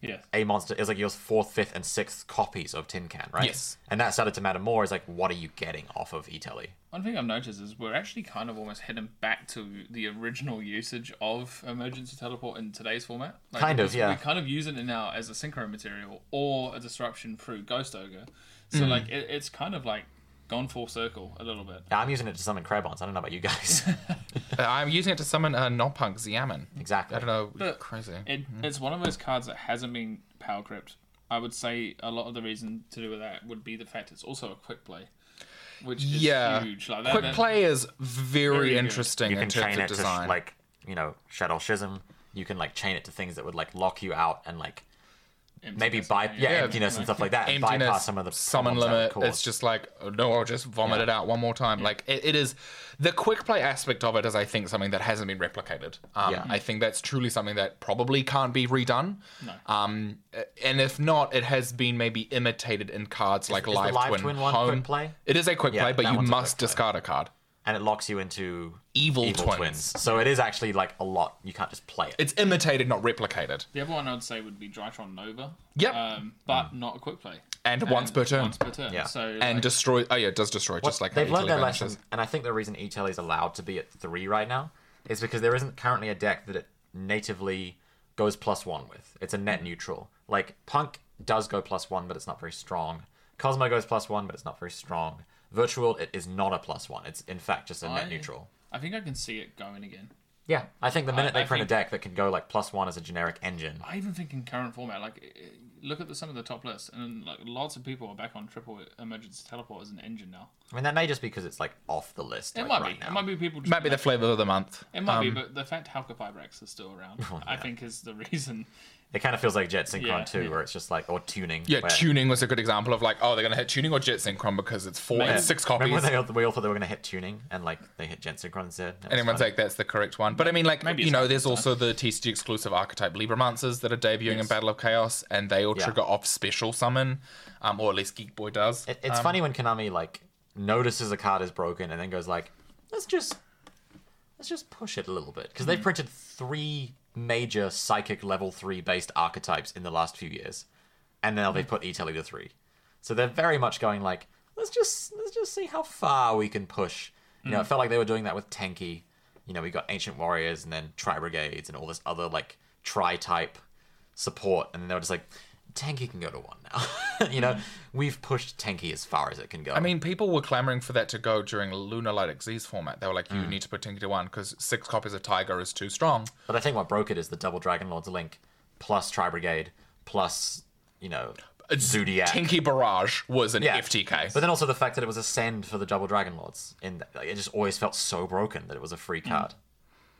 S3: Yes.
S1: a monster. It's like your fourth, fifth, and sixth copies of Tin Can, right?
S2: Yes.
S1: And that started to matter more. Is like, what are you getting off of Etelli?
S3: One thing I've noticed is we're actually kind of almost heading back to the original usage of emergency teleport in today's format. Like,
S1: Kind of,
S3: we-
S1: yeah.
S3: We kind of use it now as a synchro material or a disruption through Ghost Ogre. So
S1: Mm.
S3: like it, it's kind of like gone full circle a little bit.
S1: Now, I'm using it to summon Crabons. I don't know about you guys.
S2: Uh, I'm using it to summon a non punk Xiamen.
S1: exactly.
S2: I don't know,
S3: But-
S2: crazy.
S3: It,
S1: Mm-hmm.
S3: It's one of those cards that hasn't been power crept. I would say a lot of the reason to do with that would be the fact it's also a quick play, which is
S2: yeah.
S3: huge. Like that,
S2: Quick
S3: that-
S2: play is very,
S3: Very good.
S2: interesting
S1: you can
S2: in terms
S1: chain
S2: of
S1: it to sh-
S2: design.
S1: like you know shadow schism you can like chain it to things that would like lock you out and like maybe
S3: emptiness,
S1: by yeah,
S2: Yeah,
S1: emptiness and stuff like that and
S2: emptiness,
S1: bypass some of the
S2: summon
S1: problems that
S2: limit.
S1: would cause.
S2: It's just like oh, no, I'll just vomit it out one more time. Like it, it is the quick play aspect of it is I think something that hasn't been replicated. Um,
S1: Yeah.
S2: I think that's truly something that probably can't be redone. No. Um, and if not, it has been maybe imitated in cards like
S1: is the
S2: live,
S1: Live
S2: twin,
S1: Twin one
S2: home.
S1: quick play?
S2: It is a quick
S1: Yeah,
S2: play, but
S1: that
S2: you
S1: one's a quick
S2: must
S1: play.
S2: discard a card.
S1: and it locks you into
S2: Evil twins.
S1: so it is actually like a lot you can't just play it
S2: It's imitated, not replicated,
S3: The other one I'd say would be Drytron Nova.
S2: Yep.
S3: Um, but
S1: Mm.
S3: not a quick play.
S2: and, once per turn,
S3: Once per turn.
S1: Yeah.
S3: So
S2: and
S3: like,
S2: destroy. Oh yeah, it does destroy just like how
S1: they've learned their
S2: Italy vanishes.
S1: lesson and i think the reason etel is allowed to be at three right now is because there isn't currently a deck that it natively goes plus one with it's a net neutral like punk does go plus one but it's not very strong cosmo goes plus one but it's not very strong virtual it is not a plus one it's in fact just a net
S3: I-
S1: neutral
S3: I think I can see it going again.
S1: Yeah, I think the minute
S3: I
S1: they print
S3: think-
S1: a deck that can go like plus one as a generic engine,
S3: I even think in current format, like eh, look at the, some of the top lists, and like lots of people are back on triple emergency teleport as an engine now.
S1: I mean that may just be because it's like off the list.
S3: It
S1: like,
S3: might
S1: right
S3: be.
S1: Now.
S3: It might be people. Just
S2: Might be the um, flavor of the month.
S3: It might be, but the fact Halka Fibrex is still around, I think, is the reason.
S1: It kind of feels like Jet Synchron
S3: Yeah,
S1: too,
S3: yeah.
S1: where it's just like or tuning.
S2: Yeah,
S1: where-
S2: tuning was a good example of like, oh, they're gonna hit tuning or jet synchron because it's four,
S3: Man.
S2: it's six copies,
S1: Remember when
S2: and
S1: they all, we all thought they were going to hit tuning and like they hit Jet Synchron instead. That was
S2: everyone's
S1: funny.
S2: like, that's the correct one. But I mean, like,
S3: Maybe
S2: you
S3: it's
S2: know,
S3: not
S2: there's
S3: this
S2: also the TCG exclusive archetype Libromancers that are debuting in
S3: Yes.
S2: Battle of Chaos, and they all
S1: Yeah.
S2: trigger off special summon, um, or at least Geek Boy does.
S1: It- it's
S2: Um,
S1: funny when Konami like notices a card is broken and then goes like, let's just let's just push it a little bit
S3: Mm.
S1: because they've printed three major psychic level three based archetypes in the last few years, and now they've put Etelli to three, so they're very much going like, let's just let's just see how far we can push. You
S2: Mm.
S1: know, it felt like they were doing that with Tenki. You know, we got Ancient Warriors and then Tri Brigades and all this other like tri type support, and then they were just like, Tenki can go to one now. you know, we've pushed Tenki as far as it can go.
S2: Mm. I mean, people were clamoring for that to go during Lunar Light Xyz format. They were like, you
S1: Mm.
S2: need to put Tinker to one because six copies of Tiger is too strong.
S1: But I think what broke it is the double Dragon Lord's link plus Tri Brigade plus you know
S2: Uh,
S1: Zodiac.
S2: Tinky Barrage was an
S1: Yeah.
S2: FTK.
S1: But then also the fact that it was a send for the double Dragon Lords, and like, it just always felt so broken that it was a free card.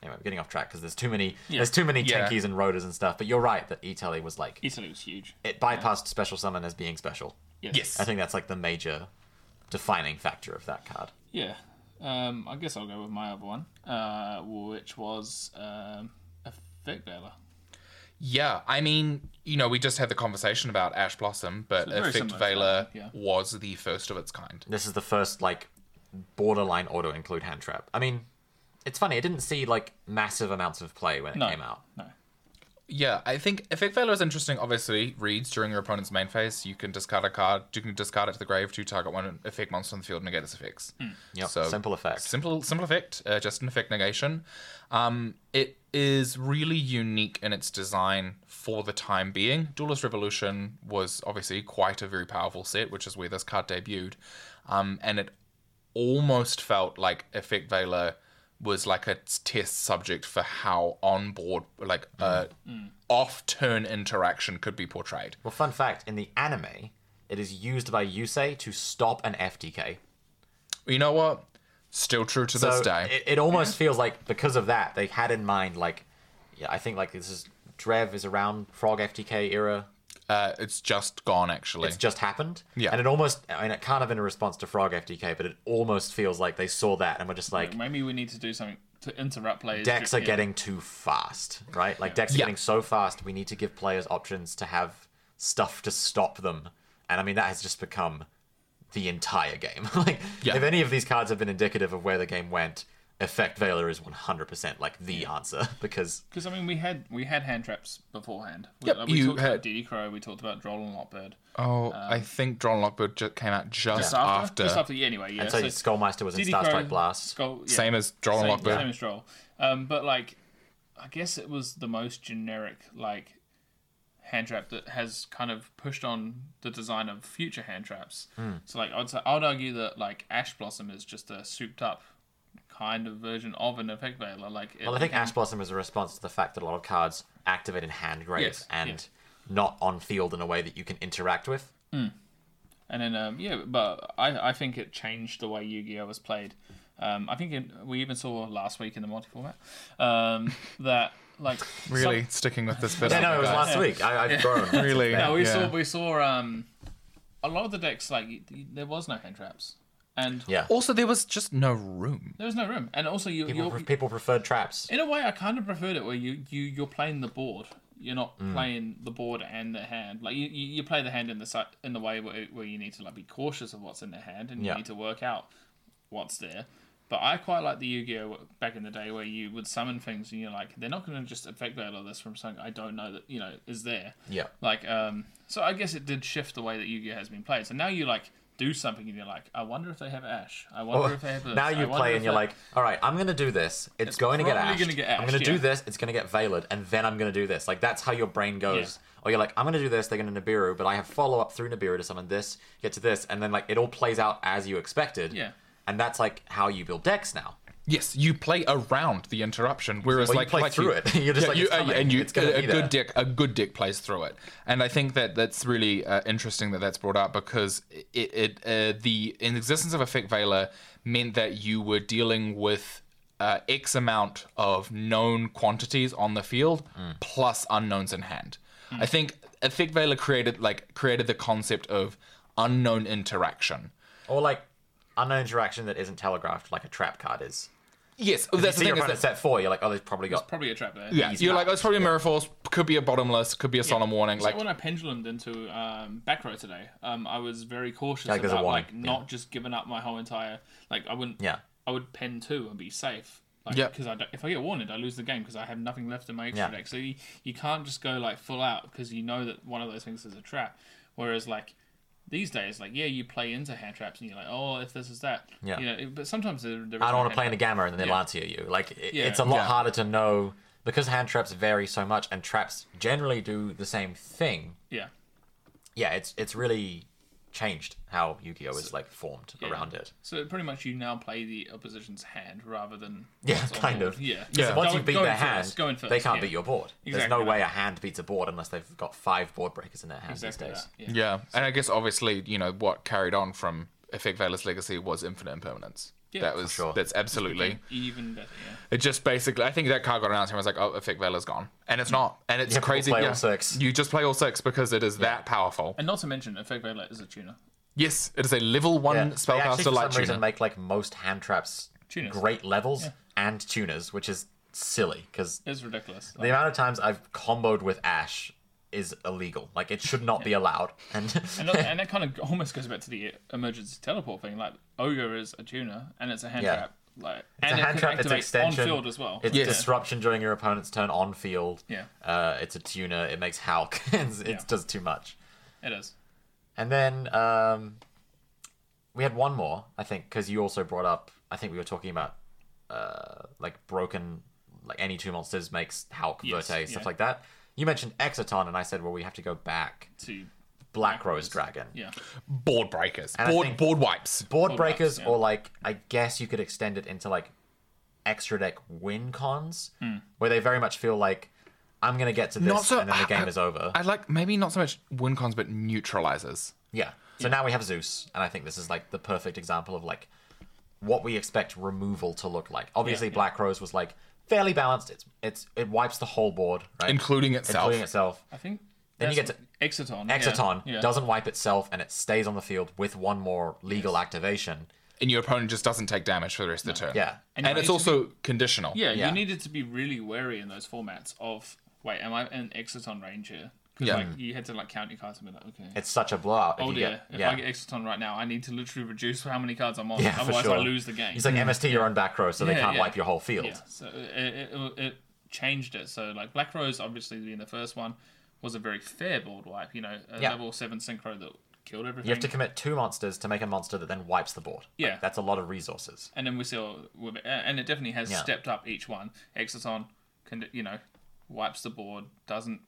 S1: Anyway, we're getting off track because there's too many there's too many
S2: Yeah.
S1: tankies and rotors and stuff. But you're right that Etelli was like
S3: Italy was huge.
S1: it bypassed special summon as being special.
S2: yes.
S1: I think that's like the major defining factor of that card.
S3: Yeah. Um, I guess I'll go with my other one, uh, which was um, a Fate Veiler.
S2: Yeah, I mean, you know, we just had the conversation about Ash Blossom, but
S3: very
S2: Effect
S3: similar to that,
S2: Veiler
S3: yeah.
S2: was the first of its kind.
S1: This is the first like borderline auto include hand trap. I mean, it's funny. It didn't see like massive amounts of play when it
S3: No.
S1: came out.
S3: No.
S2: Yeah, I think Effect Veiler is interesting. Obviously, reads during your opponent's main phase, you can discard a card. You can discard it to the grave to target one effect monster in the field and negate its effects.
S1: Hmm. Yep, simple effect.
S2: Simple, simple effect. Uh, just an effect negation. Um, it is really unique in its design for the time being. Duelist Revolution was obviously quite a very powerful set, which is where this card debuted, um, and it almost felt like Effect Veiler was like a test subject for how on board, like uh,
S1: Mm.
S2: off turn interaction could be portrayed.
S1: Well, fun fact: in the anime, it is used by Yusei to stop an FTK.
S2: You know what? Still true to
S1: So
S2: this day.
S1: It, it almost feels like because of that they had in mind like, yeah, I think like this is Drev is around Frog FTK era.
S2: uh, it's just gone actually.
S1: It's just happened.
S2: Yeah.
S1: And it almost, I mean, it kind of in a response to Frog FTK, but it almost feels like they saw that and were just like,
S3: Maybe we need to do something to interrupt players.
S1: decks are
S3: Yeah.
S1: getting too fast, right? Like decks are
S2: Yeah.
S1: getting so fast. We need to give players options to have stuff to stop them, and I mean that has just become the entire game. like
S2: Yeah.
S1: if any of these cards have been indicative of where the game went, Effect Veiler is one hundred percent like the answer because
S3: Because I mean, we had we had hand traps beforehand. We,
S2: Yep,
S3: like, we
S2: you
S3: talked
S2: had-
S3: about DD Crow. We talked about Droll and Lotbird.
S2: Oh, I think Drawn Lockbird ju- came out just
S3: Um, Just
S2: after.
S3: just after. Yeah, anyway, yeah.
S1: and so, Skullmeister was in
S3: DD
S1: Star
S3: Crow,
S1: Strike Blast.
S3: Skull, yeah,
S2: Same as Drawn
S3: same,
S2: Lockbird.
S3: same as Droll. Um, but like, I guess it was the most generic like hand trap that has kind of pushed on the design of future hand traps.
S2: Hmm.
S3: So like, I'd say I'd argue that like Ash Blossom is just a souped up kind of version of an effect veiler. Like, it
S1: Well, I think
S3: became-
S1: Ash Blossom is a response to the fact that a lot of cards activate in hand grave
S3: Yes,
S1: and
S3: yes.
S1: not on field in a way that you can interact with.
S3: And then um, yeah, but I, I think it changed the way Yu-Gi-Oh was played. Um, I think it, we even saw last week in the multi format um, that like some-
S2: really sticking with this bit.
S1: Yeah,
S2: oh
S1: no,
S2: my
S1: it was
S2: God.
S1: last week. I, I've grown.
S2: Really?
S3: yeah, we
S2: yeah.
S3: saw we saw um, a lot of the decks like y- y- there was no hand traps and
S1: Yeah.
S2: Also, there was just no room.
S3: there was no room and also you
S1: People,
S3: you're,
S1: pre- people preferred traps.
S3: in a way I kind of preferred it where you you you're playing the board. You're not
S1: Mm.
S3: playing the board and the hand. Like you, you you play the hand in the si- in the way where, where you need to like be cautious of what's in the hand and you
S1: Yeah.
S3: need to work out what's there. But I quite like the Yu-Gi-Oh back in the day where you would summon things and you're like they're not going to just affect all of this from something I don't know that you know is there.
S1: Yeah.
S3: Like um so I guess it did shift the way that Yu-Gi-Oh has been played. So now you like do something and you're like I wonder if they have Ash. I wonder if they have this.
S1: now
S3: I
S1: you
S3: wonder
S1: play
S3: if
S1: and you're
S3: they-"
S1: like, all right, I'm gonna do this. It's, going to get
S3: probably
S1: ashed.
S3: gonna get
S1: I'm
S3: ashed,
S1: gonna do
S3: yeah.
S1: this. It's gonna get veiled, and then I'm gonna do this. Like that's how your brain goes. Or you're like, I'm gonna do this. They're gonna Nibiru, but I have follow up through Nibiru to summon this, get to this, and then like it all plays out as you expected.
S3: Yeah.
S1: And that's like how you build decks now.
S2: Yes, you play around the interruption, whereas
S1: Well, you
S2: like
S1: play
S2: like
S1: through it. You're just like, it's coming.
S2: and you
S1: It's gonna
S2: a, a
S1: be
S2: good
S1: there.
S2: deck a good deck plays through it, and I think that that's really uh, interesting that that's brought up because it, it uh, the in existence of Effect Veiler meant that you were dealing with. Uh, X amount of known quantities on the field
S1: Mm.
S2: plus unknowns in hand. I think Effect Veiler created like created the concept of unknown interaction.
S1: Or like unknown interaction that isn't telegraphed, like a trap card is.
S2: Yes, that's
S1: So your
S2: the thing. is
S1: opponent
S2: that-
S1: set four. You're like, oh, they've probably got.
S3: probably a trap there.
S2: Yeah,
S1: He's
S2: you're
S1: not.
S2: like, oh, it's probably a mirror force. Could be a bottomless. Could be a solemn warning.
S3: Like
S2: Like,
S3: when I pendulumed into um, back row today, um, I was very cautious
S1: Like, there's a
S3: about
S1: warning,
S3: like not just giving up my whole entire like I wouldn't
S1: Yeah.
S3: I would pen two and be safe like
S2: Yep.
S3: because I don't, if I get warned I lose the game because I have nothing left in my extra
S1: Yeah.
S3: deck so you, you can't just go like full out because you know that one of those things is a trap whereas like these days like yeah you play into hand traps and you're like oh if this is that
S1: Yeah.
S3: you know it- but sometimes there, there is
S1: I don't
S3: no
S1: want
S3: hand
S1: to play in a
S3: trap.
S1: gamma and then Lancia you. Like it,
S3: Yeah.
S1: it's a lot
S2: Yeah.
S1: harder to know because hand traps vary so much, and traps generally do the same thing.
S3: yeah
S1: Yeah, it's it's really changed how Yu-Gi-Oh is like formed around it.
S3: so pretty much you now play the opposition's hand rather than
S1: Yeah,
S3: what's on
S1: kind
S3: board.
S1: of.
S3: yeah
S1: So once
S3: Go-
S1: you beat
S3: going
S1: their
S3: first,
S1: hand,
S3: going
S1: they
S3: first,
S1: can't
S3: yeah.
S1: beat your board. There's
S3: Exactly
S1: no
S3: that.
S1: way a hand beats a board unless they've got five board breakers in their hands
S3: Exactly
S1: these days.
S3: that, yeah.
S2: yeah, and I guess obviously, you know, what carried on from Effect Valor's legacy was infinite impermanence.
S3: Yeah,
S2: that
S3: for
S2: was
S1: sure.
S2: that's absolutely.
S3: Even better, yeah.
S2: It just basically, I think that card got announced and I was like, oh, Effect Valor's gone, and it's not, and it's
S1: You have to
S2: crazy.
S1: play all
S2: yeah.
S1: six.
S2: You just play all six because it is that powerful.
S3: And not to mention, Effect Veiler is a tuner.
S2: Yes, it is a level one
S1: Yeah. they actually, for
S2: spellcaster
S1: some
S2: light
S1: reason,
S2: tuner.
S1: make like most hand traps
S3: Tuners.
S1: great levels and tuners, which is silly because
S3: It's ridiculous.
S1: the amount of times I've comboed with Ash is illegal. Like it should not be allowed. And,
S3: and, that- and that kind of almost goes back to the emergency teleport thing. Like ogre is a tuner, and it's a hand
S1: Yeah.
S3: trap. Like
S1: it's
S3: and
S1: a hand
S3: it
S1: trap.
S3: can
S1: It's
S3: activate
S1: extension.
S3: on field as well.
S1: It's
S2: Yes.
S1: disruption during your opponent's turn on field.
S3: Yeah.
S1: Uh, it's a tuner. It makes Hulk. it's, it's
S3: Yeah.
S1: just too much.
S3: It is.
S1: And then um, we had one more, I think, because you also brought up. I think we were talking about uh, like broken, like any two monsters makes Hulk,
S3: Yes,
S1: Verte, stuff
S3: yeah.
S1: like that. You mentioned Exoton, and I said, well, we have to go back.
S3: To
S1: Black Rose Dragon.
S3: yeah,
S2: Board breakers.
S1: I
S2: board
S1: think-
S2: board wipes.
S1: board
S3: Board
S1: breakers
S3: wipes, Oh, yeah.
S1: or like I guess you could extend it into like extra deck win cons
S3: Hmm.
S1: where they very much feel like I'm gonna get to this
S2: Not so-
S1: and then the
S2: I-
S1: game is over.
S2: I like maybe not so much win cons, but neutralizers.
S1: yeah. So now we have Zeus, and I think this is like the perfect example of like what we expect removal to look like. Obviously,
S3: yeah.
S1: Black Rose was like fairly balanced. It's it's it wipes the whole board, right?
S2: Including itself.
S1: Including itself.
S3: I think.
S1: Then you
S3: that's
S1: get
S3: Exoton. yeah,
S1: Exoton
S3: yeah.
S1: doesn't wipe itself, and it stays on the field with one more legal activation.
S2: and your opponent just doesn't take damage for the rest of the turn.
S1: Yeah.
S2: And,
S3: And you
S2: it's
S3: need to
S2: also conditional.
S3: Yeah,
S1: Yeah.
S3: you needed to be really wary in those formats of wait, am I an Exoton range here? 'Cause,
S2: Yeah.
S3: like you had to like count your cards and be like, okay.
S1: It's such a blowout. if
S3: Oh
S1: you
S3: dear!
S1: get-
S3: if
S1: yeah.
S3: I get Exoton right now, I need to literally reduce how many cards I'm on.
S1: Yeah, for
S3: Otherwise,
S1: sure.
S3: I lose the game.
S1: He's like MST your own back row, so they
S3: Yeah,
S1: can't
S3: yeah.
S1: wipe your whole field.
S3: Yeah, so it, it, it changed it. So like Black Rose, obviously being the first one, was a very fair board wipe. You know, a
S1: Yeah.
S3: level seven synchro that killed everything.
S1: You have to commit two monsters to make a monster that then wipes the board. Like,
S3: Yeah.
S1: that's a lot of resources.
S3: and then we saw, with- and it definitely has
S1: Yeah.
S3: stepped up each one. Exoton, can you know, wipes the board, doesn't.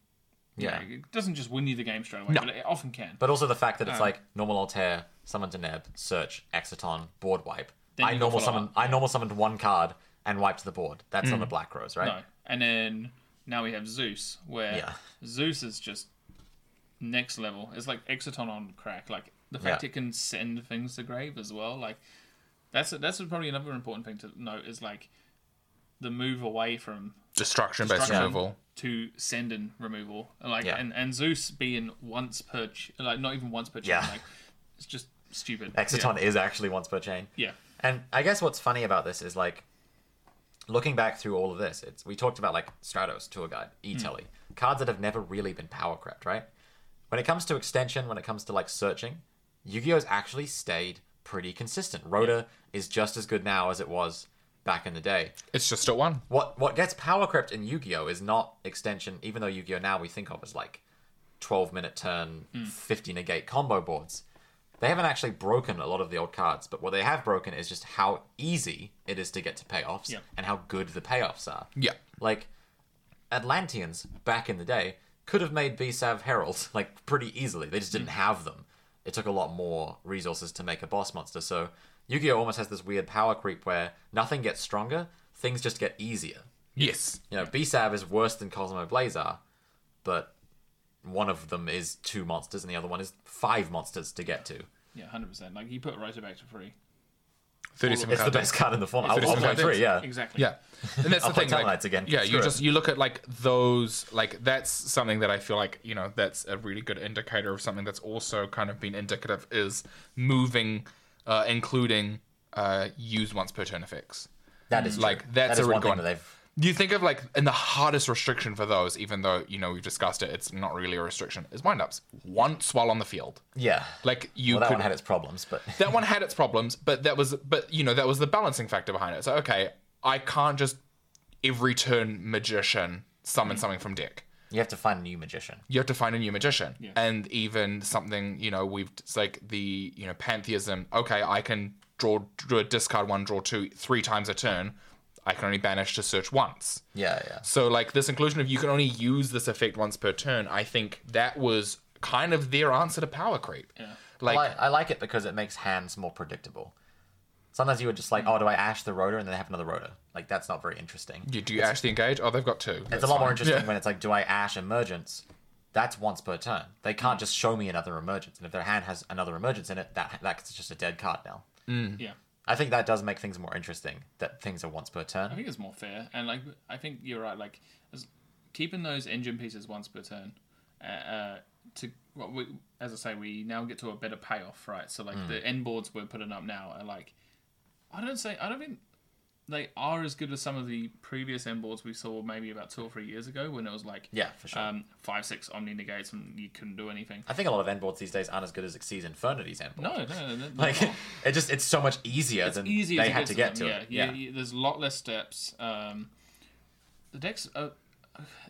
S3: you
S1: Yeah.
S3: know, it doesn't just win you the game straight away, but it often can.
S1: But also the fact
S3: Um,
S1: that it's like normal Altair, summon to Neb, search, Exiton, board wipe.
S3: Then
S1: I
S3: you
S1: normal
S3: follow
S1: summon.
S3: up.
S1: I normal summoned one card and wiped the board. That's on the Black Rose, right?
S3: No. And then now we have Zeus, where
S1: Yeah.
S3: Zeus is just next level. It's like Exoton on crack. Like the fact
S1: Yeah.
S3: it can send things to grave as well. Like that's that's probably another important thing to note is like the move away from
S2: Destruction based
S3: Destruction.
S2: removal.
S3: to send in removal. Like
S1: Yeah.
S3: and, and Zeus being once per ch- like not even once per chain,
S1: Yeah.
S3: like it's just stupid.
S1: Exiton is actually once per chain.
S3: Yeah.
S1: And I guess what's funny about this is like looking back through all of this, it's we talked about like Stratos, Tour Guide, E Telly, cards that have never really been power crept, right? When it comes to extension, when it comes to like searching, Yu-Gi-Oh's actually stayed pretty consistent. Rhoda is just as good now as it was back in the day.
S2: It's just at one.
S1: What what gets power crept in Yu-Gi-Oh is not extension, even though Yu-Gi-Oh now we think of as like 12 minute turn, 50 negate combo boards. They haven't actually broken a lot of the old cards, but what they have broken is just how easy it is to get to payoffs
S3: Yeah.
S1: and how good the payoffs are.
S2: Yeah.
S1: Like Atlanteans back in the day could have made BSAV heralds like pretty easily. They just didn't have them. It took a lot more resources to make a boss monster. So Yu-Gi-Oh almost has this weird power creep where nothing gets stronger, things just get easier.
S2: Yes.
S1: You know, BSAV is worse than Cosmo Blazar, but one of them is two monsters and the other one is five monsters to get to.
S3: Yeah, hundred percent. Like you put Rotor back to free.
S2: 37
S1: It's the
S2: cards.
S1: best card in the format. I'll,
S2: It's
S1: I'll
S2: the
S1: play
S2: best
S1: three, yeah.
S3: Exactly.
S2: Yeah. And that's the
S1: play
S2: thing. Like,
S1: Tellites again.
S2: Yeah,
S1: Screw
S2: you
S1: it.
S2: just you look at like those like that's something that I feel like, you know, that's a really good indicator of something that's also kind of been indicative is moving uh including uh use once per turn effects.
S1: That is
S2: Like,
S1: true.
S2: that's
S1: That is
S2: a
S1: one thing
S2: recon.
S1: that they've
S2: You think of like, and the hardest restriction for those, even though you know we've discussed it, it's not really a restriction. Is wind ups once while on the field,
S1: Yeah.
S2: like you
S1: well that
S2: could.
S1: one had its problems, but
S2: that one had its problems, but that was, but you know, that was the balancing factor behind it. So okay, I can't just every turn magician summon something from deck.
S1: you have to find a new magician.
S2: You have to find a new magician, and even something you know we've it's like the you know pantheism. Okay, I can draw, draw discard one, draw two, three times a turn. I can only banish to search once.
S1: Yeah, yeah.
S2: So like this inclusion of you can only use this effect once per turn, I think that was kind of their answer to power creep. Like,
S1: Well, I, I like it because it makes hands more predictable. Sometimes you were just like, oh, do I ash the rotor and then they have another rotor? Like, that's not very interesting.
S2: you do you actually engage? Oh, they've got two.
S1: it's a lot more interesting when it's like, do I ash emergence? That's once per turn. They can't just show me another emergence. And if their hand has another emergence in it, that that's just a dead card now.
S3: Yeah.
S1: I think that does make things more interesting that things are once per
S3: I
S1: turn.
S3: think it's more fair, and like I think you're right. Like as, keeping those engine pieces once per turn, uh, uh, to well, we, as I say, we now get to a better Hmm. payoff, right? So like the end boards we're putting up now are like, I don't say I don't mean they are as good as some of the previous end boards we saw maybe about two or three years ago when it was like
S1: Yeah, for sure.
S3: um, five six omni negates and you couldn't do anything.
S1: I think a lot of end boards these days aren't as good as Xyz Infinity's end board.
S3: No, no, no, no, no.
S1: Like it just it's so much easier than
S3: easier
S1: they
S3: to
S1: had
S3: get
S1: to
S3: to,
S1: get
S3: them,
S1: to it.
S3: Yeah,
S1: Yeah.
S3: You- you- there's a lot less steps. Um, the decks are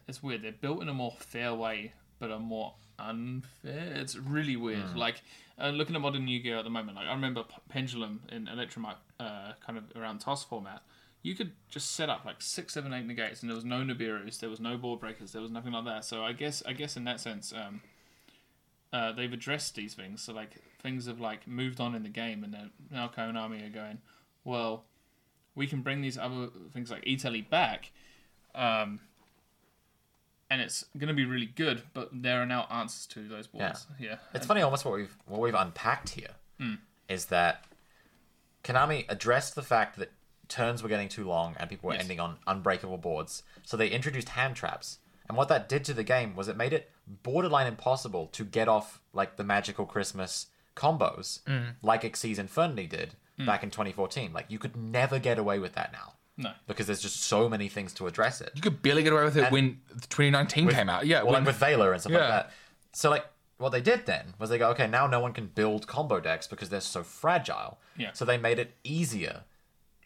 S3: it's weird. They're built in a more fair way, but are more unfair. It's really weird.
S1: Hmm.
S3: Like uh, looking at modern Yu-Gi-Oh at the moment, like I remember P- Pendulum in Electromite, uh, kind of around toss format. You could just set up like six, seven, eight negates, and there was no Nibiru's, there was no board breakers, there was nothing like that. So I guess, I guess in that sense, um, uh, they've addressed these things. So like things have like moved on in the game, and they're- now Konami are going, well, we can bring these other things like Italy back, um, and it's going to be really good. But there are now answers to those boards. Yeah,
S1: It's funny almost what we've what we've unpacked here
S3: Hmm.
S1: is that Konami addressed the fact that turns were getting too long and people were
S3: Yes.
S1: ending on unbreakable boards. So they introduced hand traps. And what that did to the game was it made it borderline impossible to get off like the magical Christmas combos
S3: Hmm.
S1: like Xyz Infinity did back in 2014. Like you could never get away with that now.
S3: No.
S1: Because there's just so many things to address it.
S2: You could barely get away with it when 2019 came out. Yeah,
S1: Well,
S2: when-
S1: like with Valor and stuff like
S2: Yeah.
S1: that. So like what they did then was they go, okay, now no one can build combo decks because they're so fragile.
S3: Yeah.
S1: So they made it easier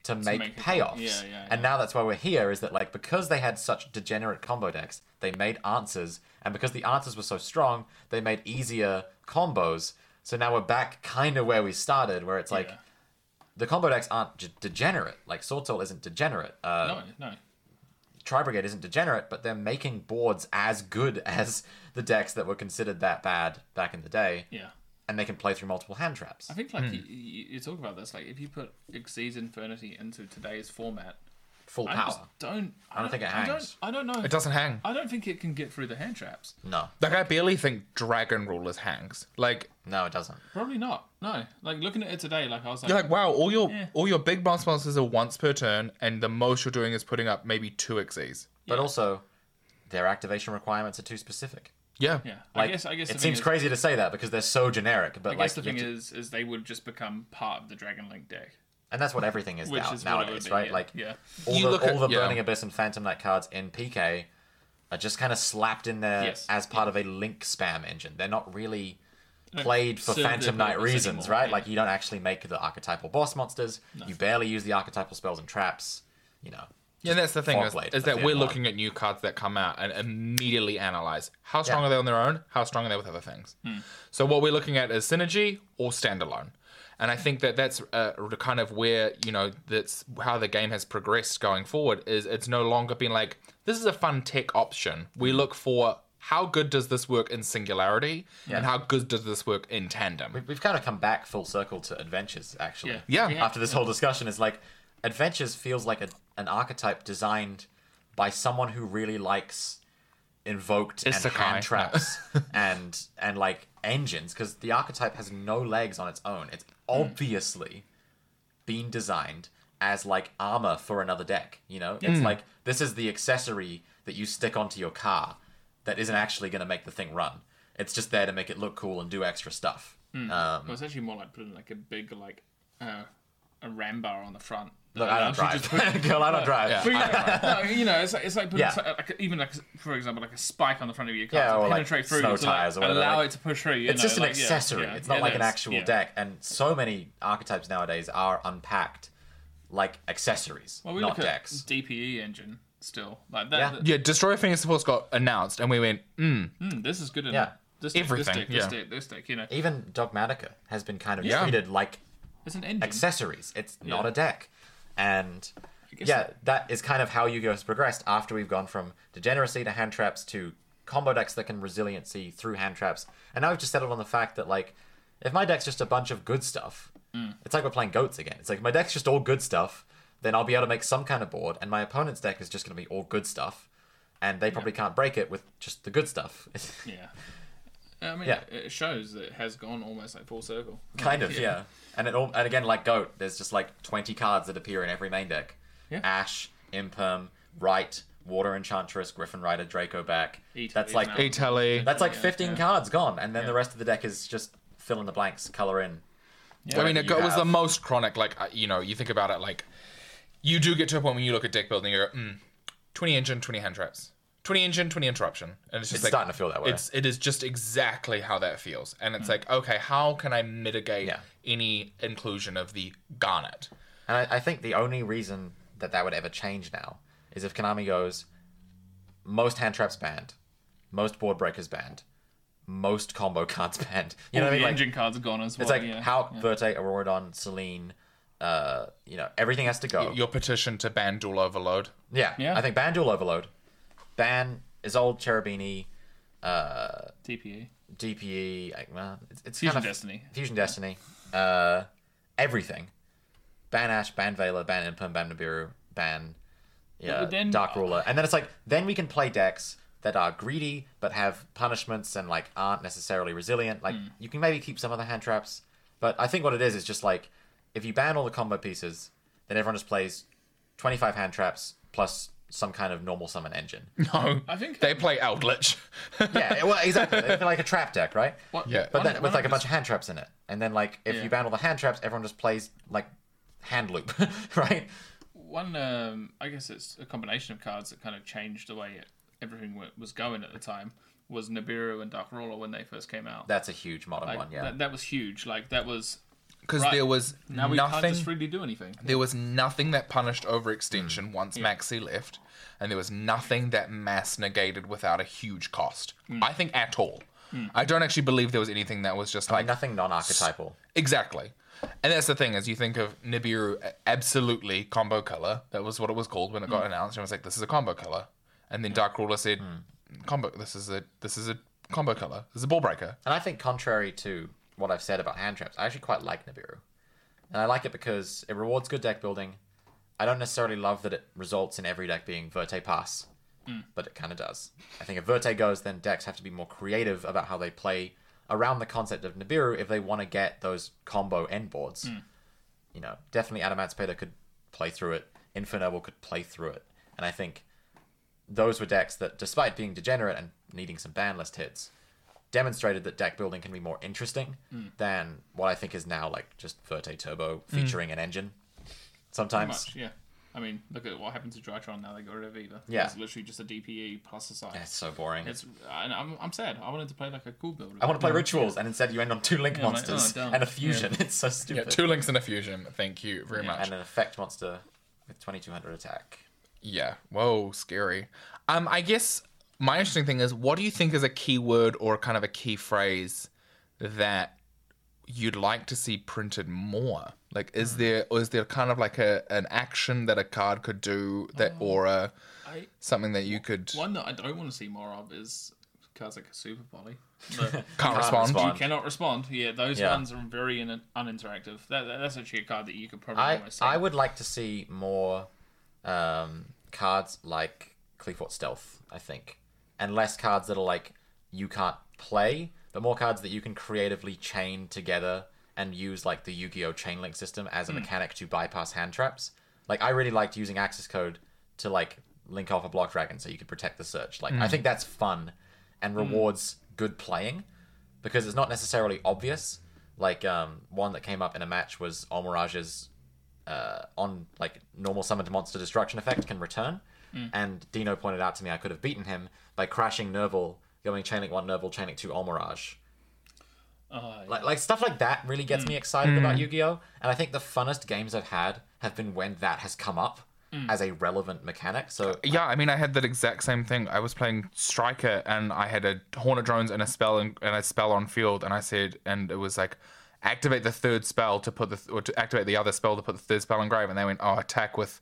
S1: to make,
S3: make it-
S1: payoffs.
S3: yeah, yeah,
S1: And now that's why we're here is that like because they had such degenerate combo decks, they made answers, and because the answers were so strong, they made easier combos. So now we're back kind of where we started, where it's like
S3: Yeah.
S1: the combo decks aren't d- degenerate. Like Sawtell isn't degenerate. Uh,
S3: no, no.
S1: Tri Brigade isn't degenerate, but they're making boards as good as the decks that were considered that bad back in the day,
S3: Yeah,
S1: and they can play through multiple hand traps.
S3: I think like you, you, you talk about this. Like if you put Xyz Infinity into today's format,
S1: Full
S3: I
S1: power.
S3: just don't. I,
S1: don't think it
S3: I
S1: hangs.
S3: don't. I don't know.
S2: it doesn't hang.
S3: I don't think it can get through the hand traps.
S1: No,
S2: Like I barely think Dragon Rulers hangs. Like
S1: no, it doesn't.
S3: Probably not. No. Like looking at it today, like I was like,
S2: you're like, wow, all your all your big boss monsters are once per turn, and the most you're doing is putting up maybe two XEs.
S1: But also, their activation requirements are too specific.
S2: Yeah.
S3: yeah. I
S1: Like,
S3: guess. I guess
S1: it
S3: the thing
S1: seems
S3: is-
S1: crazy to say that because they're so generic. But
S3: I
S1: like,
S3: guess the
S1: you have
S3: thing
S1: to-
S3: is, is they would just become part of the Dragon Link deck,
S1: and that's what everything is
S3: which
S1: now,
S3: is what it would
S1: nowadays,
S3: be,
S1: right?
S3: yeah.
S1: Like,
S3: yeah.
S1: all
S2: You
S1: the,
S2: look at-
S1: all the
S2: yeah.
S1: Burning Abyss and Phantom Knight cards in PK are just kind of slapped in there
S3: Yes.
S1: as part of a link spam engine. They're not really
S2: Mm.
S1: played for
S3: serve their
S1: Phantom Knight
S3: purpose
S1: reasons,
S3: anymore,
S1: right?
S3: yeah.
S1: Like you don't actually make the archetypal boss monsters. You barely use the archetypal spells and traps. You know,
S2: Yeah, that's the thing
S1: Fog
S2: is,
S1: Blade, that's
S2: is that
S1: the
S2: we're
S1: other one.
S2: looking at new cards that come out and immediately analyze how strong
S1: Yeah.
S2: are they on their own, how strong are they with other things.
S1: Hmm.
S2: So what we're looking at is synergy or standalone, and I think that that's uh, kind of where you know that's how the game has progressed going forward. Is it's no longer been like this is a fun tech option.
S1: Hmm.
S2: We look for how good does this work in singularity, and how good does this work in tandem.
S1: We- we've kind of come back full circle to adventures, actually.
S2: Yeah.
S3: We
S2: Yeah.
S1: After this whole discussion, it's like adventures feels like a, an archetype designed by someone who really likes invoked and
S2: Isekai.
S1: hand traps and and like engines because the archetype has no legs on its own. It's
S3: Mm.
S1: obviously been designed as like armor for another deck. You know,
S3: Mm.
S1: it's like this is the accessory that you stick onto your car that isn't actually going to make the thing run. It's just there to make it look cool and do extra stuff.
S3: Mm.
S1: Um,
S3: Well, it's actually more like putting like a big like uh, a ram bar on the front.
S1: look, I don't
S3: Actually just put-
S1: drive. Girl, I don't drive.
S2: Yeah.
S3: But, no, you know, it's like, it's like putting
S1: Yeah.
S3: so- like, even like for example, like a spike on the front of your car
S1: Yeah,
S3: to
S1: or, like,
S3: penetrate through,
S1: snow
S3: to, like,
S1: tires or whatever,
S3: allow
S1: like-
S3: it to push through. you
S1: It's
S3: know,
S1: just an
S3: like, yeah,
S1: accessory.
S3: yeah,
S1: it's not
S3: yeah,
S1: like an
S3: that's-
S1: actual
S3: yeah.
S1: deck. And so many archetypes nowadays are unpacked like accessories,
S3: Well, we
S1: not
S3: look at
S1: decks.
S3: DPE engine still like that.
S1: Yeah.
S3: that-
S2: Yeah, Destroyer Phoenix Force got announced, and we went, mm,
S3: hmm, this is good enough.
S1: Yeah.
S3: This deck,
S2: Everything,
S3: This deck, this
S2: yeah.
S3: deck, this deck. You know,
S1: Even Dogmatica has been kind of
S2: Yeah.
S1: treated like
S3: it's an engine.
S1: accessories. It's not
S3: Mm-hmm. Yeah.
S1: a deck. And
S3: guess
S1: yeah, that is kind of how Yu-Gi-Oh has progressed after we've gone from degeneracy to hand traps to combo decks that can resiliency through hand traps. And now we've just settled on the fact that like if my deck's just a bunch of good stuff,
S3: Mm.
S1: it's like we're playing goats again. It's like if my deck's just all good stuff, then I'll be able to make some kind of board and my opponent's deck is just going to be all good stuff and they probably can't break it with just the good stuff.
S3: Yeah. I mean,
S1: Yeah.
S3: it shows that it has gone almost like full circle.
S1: kind of yeah. and it all and again like goat there's just like 20 cards that appear in every main deck
S3: Yeah.
S1: ash imperm right water enchantress griffin rider draco back
S3: Eat-
S1: that's
S3: eat
S1: like
S3: them out.
S2: Italy.
S1: that's like
S3: Yeah,
S1: 15
S3: yeah.
S1: cards gone and then the rest of the deck is just fill in the blanks color in
S2: I mean,
S1: whatever
S2: it
S1: you
S2: go- it was
S1: have.
S2: the most chronic. Like uh, you know, you think about it, like you do get to a point when you look at deck building, you go, mm, 20 engine, 20 hand traps. 20 engine, 20 interruption. And it's just
S1: It's
S2: like,
S1: starting to feel that way. Mm.
S2: It's, it is just exactly how that feels. And it's like, okay, how can I mitigate
S1: Yeah.
S2: any inclusion of the Garnet?
S1: And I, I think the only reason that that would ever change now is if Konami goes, most hand traps banned, most board breakers banned, most combo cards banned. You know what I
S3: All the
S1: mean? Like,
S3: engine cards are gone as well.
S1: it's like
S3: yeah.
S1: how Verte, Auroradon, Celine, uh, you know, everything has to go.
S2: Your petition to ban dual overload.
S1: yeah.
S3: Yeah.
S1: I think ban dual overload, ban is old Cherubini,
S3: TPE.
S1: DPE, E, like, well, it's, it's
S3: Fusion
S1: kind of
S3: Destiny.
S1: Fusion Destiny, uh, everything. Ban Ash, ban Veiler, ban Impum, ban Nibiru, ban yeah,
S3: But then-
S1: Dark Ruler. And then it's like, then we can play decks that are greedy but have punishments and like aren't necessarily resilient.
S3: Hmm.
S1: Like, you can maybe keep some of the hand traps, but I think what it is is just like, if you ban all the combo pieces, then everyone just plays 25 hand traps plus some kind of normal summon engine.
S2: No.
S3: I think-
S2: they play Eldritch.
S1: yeah, well, exactly. They're like a trap deck, right?
S3: What-
S2: Yeah.
S1: But
S3: why
S1: then
S3: not-
S1: with
S3: why
S1: like a
S3: not
S1: bunch of hand traps in it, and then like if
S3: Yeah.
S1: you ban all the hand traps, everyone just plays like hand loop, right?
S3: one um i guess it's a combination of cards that kind of changed the way it, everything wa- was going at the time was nibiru and dark ruler when they first came out
S1: That's a huge modern
S3: Like,
S1: one, yeah.
S3: that, that was huge like that was
S2: Because
S3: Right.
S2: there was
S3: now we can't
S2: nothing.
S3: just really do anything
S2: There was nothing that punished overextension once Maxi left, and there was nothing that mass negated without a huge cost. I think at all. I don't actually believe there was anything that was just like
S1: Nothing non-archetypal.
S2: exactly. And that's the thing is you think of Nibiru a- absolutely combo color. That was what it was called when it got announced. And I was like, this is a combo color. And then Dark Ruler said, combo. This is a this is a combo color. This is a ball breaker.
S1: And I think contrary to what I've said about hand traps, I actually quite like Nibiru, and I like it because it rewards good deck building. I don't necessarily love that it results in every deck being Verte pass, but it kind of does. I think if Verte goes, then decks have to be more creative about how they play around the concept of Nibiru if they want to get those combo end boards. You know, definitely Adamantipator could play through it. Infernoble could play through it, and I think those were decks that, despite being degenerate and needing some ban list hits, demonstrated that deck building can be more interesting than what I think is now like just Verte Turbo featuring an engine.
S3: pretty
S1: Sometimes
S3: much yeah i mean look at what happened to drytron now they got rid of either
S1: Yeah.
S3: it's literally just a dpe plus a side
S1: it's so boring.
S3: it's and I'm, I'm sad i wanted to play like a cool build
S1: I want to play rituals, and instead you end on two link
S3: like,
S1: monsters
S3: oh, dumb.
S1: and a fusion. It's so stupid.
S2: Yeah, two links and a fusion. Thank you very much.
S1: and an effect monster with twenty two hundred attack.
S2: Yeah. Whoa, scary. Um, I guess my interesting thing is, what do you think is a key word or kind of a key phrase that you'd like to see printed more? Like, is there or is there kind of like a an action that a card could do that, or a,
S3: I,
S2: something that you could
S3: one that i don't want to see more of is cards like a super poly But-
S2: can't
S1: Can't
S2: respond?
S1: respond.
S3: You cannot respond. Yeah, those
S1: Yeah.
S3: ones are very in- uninteractive. That, that, that's actually a card that you could probably
S1: I
S3: almost say.
S1: I would like to see more um, cards like Cleefort Stealth, I think, and less cards that are like you can't play, but more cards that you can creatively chain together and use like the Yu-Gi-Oh chain link system as a mechanic to bypass hand traps. Like I really liked using access code to like link off a block dragon so you could protect the search. Like I think that's fun and rewards good playing because it's not necessarily obvious. Like um, one that came up in a match was Almirage's uh, on like normal summon to monster destruction effect can return. And Dino pointed out to me I could have beaten him by crashing Nerval, going Chainlink 1 Nerval, Chainlink 2 Almirage.
S3: Uh,
S1: Like, like stuff like that really gets me excited about Yu Gi Oh! And I think the funnest games I've had have been when that has come up as a relevant mechanic. So
S2: Yeah, I mean, I had that exact same thing. I was playing Striker, and I had a Hornet drones and a spell and, and a spell on field, and I said, and it was like, activate the third spell to put the th- or to activate the other spell to put the third spell on grave, and they went, oh, attack with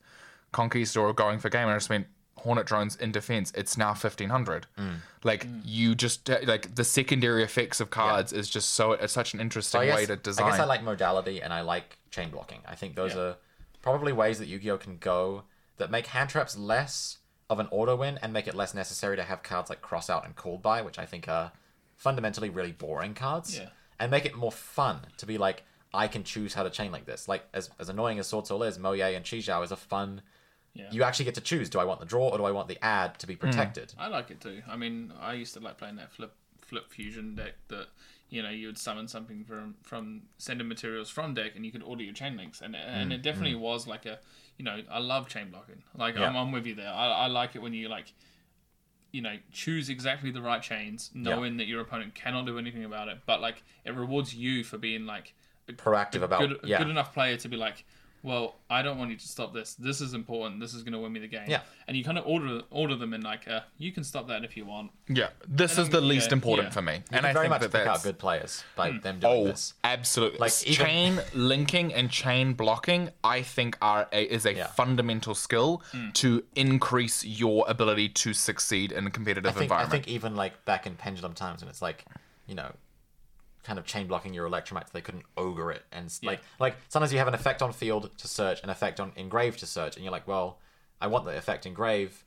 S2: Conquistor or going for game, and I just went. Hornet drones in defense. It's now fifteen hundred.
S1: Mm.
S2: Like you just uh, like the secondary effects of cards is just so it's such an interesting
S1: I guess,
S2: way to design.
S1: I guess I like modality and I like chain blocking. I think those
S3: Yeah.
S1: are probably ways that Yu-Gi-Oh can go that make hand traps less of an auto win and make it less necessary to have cards like cross out and called by, which I think are fundamentally really boring cards.
S3: Yeah.
S1: And make it more fun to be like, I can choose how to chain like this. Like as, as annoying as Sword Soul is, Moye and Qizhao is a fun
S3: Yeah.
S1: you actually get to choose. Do I want the draw or do I want the ad to
S2: Hmm.
S1: be protected?
S3: I like it too. I mean, I used to like playing that flip flip fusion deck that you know you would summon something from from sending materials from deck, and you could order your chain links, and and it definitely was like a you know, I love chain blocking. Like
S1: Yeah.
S3: I'm, I'm with you there. I, I like it when you like, you know, choose exactly the right chains, knowing that your opponent cannot do anything about it. But like, it rewards you for being like a
S1: Proactive about
S3: good, a
S1: yeah.
S3: good enough player to be like, well, I don't want you to stop this. This is important. This is going to win me the game.
S1: Yeah.
S3: And you kind of order order them in like, uh, you can stop that if you want.
S2: Yeah, this is
S3: then,
S2: the
S3: yeah,
S2: least important
S3: yeah.
S2: for me,
S1: Mm, You
S2: and
S1: can
S2: I
S1: very
S2: think
S1: much
S2: that
S1: pick out
S2: that's
S1: good players by them doing
S2: oh,
S1: this.
S2: absolutely.
S1: Like, even-
S2: chain linking and chain blocking, I think are a, is a
S1: Yeah. Mm.
S2: fundamental skill to increase your ability to succeed in a competitive
S1: I think, I
S2: environment.
S1: think even like back in Pendulum Times when it's like, you know, kind of chain blocking your electromite so they couldn't ogre it. And s like, like sometimes you have an effect on field to search, an effect on engrave to search, and you're like, well, I want the effect engrave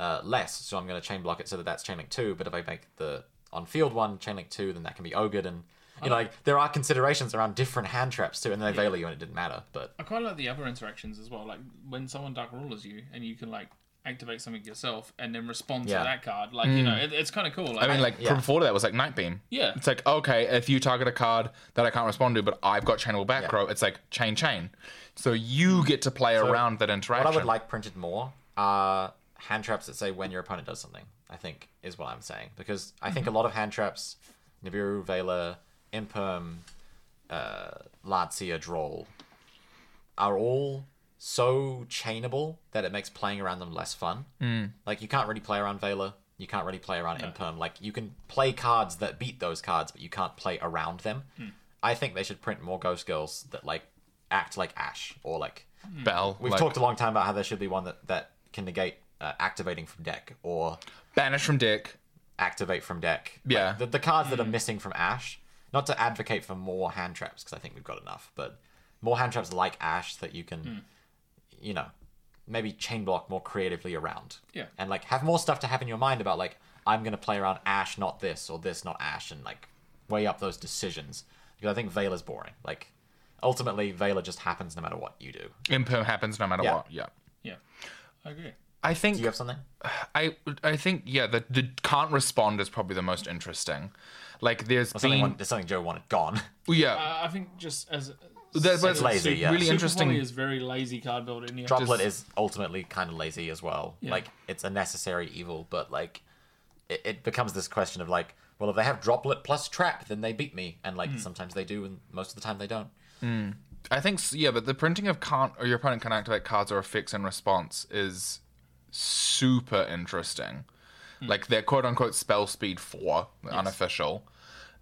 S1: uh, less, so I'm going to chain block it so that that's chain link two. But if I make the on field one chain link two, then that can be ogred. And you know, like there are considerations around different hand traps too, and they veil you, and it didn't matter. But
S3: I quite like the other interactions as well. Like when someone dark rulers you, and you can like activate something yourself, and then respond
S1: Yeah.
S3: to that card. Like you know, it, it's kind of cool. Like,
S2: I mean, like
S1: yeah.
S2: before that was like Nightbeam.
S3: Yeah.
S2: It's like okay, if you target a card that I can't respond to, but I've got chain or back row, it's like chain chain. So you get to play around that interaction.
S1: Mm. what I would like printed more are hand traps that say when your opponent does something. I think is what I'm saying because I think a lot of hand traps, Nibiru, Vela, Imperm, uh, Lazia, Droll, are all so chainable that it makes playing around them less fun. Mm. Like you can't really play around Vela. You can't really play around Imperm. Like you can play cards that beat those cards, but you can't play around them. I think they should print more Ghost Girls that like act like Ash or like
S2: Bell.
S1: We've
S2: like,
S1: talked a long time about how there should be one that, that can negate uh, activating from deck or
S2: banish from deck.
S1: activate from deck. Like,
S2: Yeah.
S1: the, the cards that are missing from Ash. Not to advocate for more hand traps, because I think we've got enough, but more hand traps like Ash that you can, you know, maybe chain block more creatively around.
S3: Yeah.
S1: And like have more stuff to have in your mind about like, I'm going to play around Ash, not this, or this, not Ash, and like weigh up those decisions. Because I think Veiler's boring. Like, ultimately, Veiler just happens no matter what you do.
S2: Imperm happens no matter
S1: Yeah.
S2: what. Yeah.
S3: yeah, I agree.
S2: I think
S1: Do you have something?
S2: I I think yeah the, the can't respond is probably the most interesting. Like there's
S1: Something,
S2: been
S1: one, there's something Joe wanted gone.
S2: yeah
S3: Uh, I I think just as
S2: there's,
S3: Super
S2: there's
S1: lazy, yeah.
S2: really interesting
S3: Volley is very lazy card building. Yeah.
S1: Droplet is
S2: Just-
S1: ultimately kind of lazy as well. Like it's a necessary evil, but like it, it becomes this question of like, well, if they have droplet plus trap, then they beat me, and
S2: Hmm.
S1: like sometimes they do, and most of the time they don't.
S2: I think s- yeah, but the printing of can't or your opponent can activate cards or effects in response is super interesting. Like their quote unquote spell speed four, unofficial,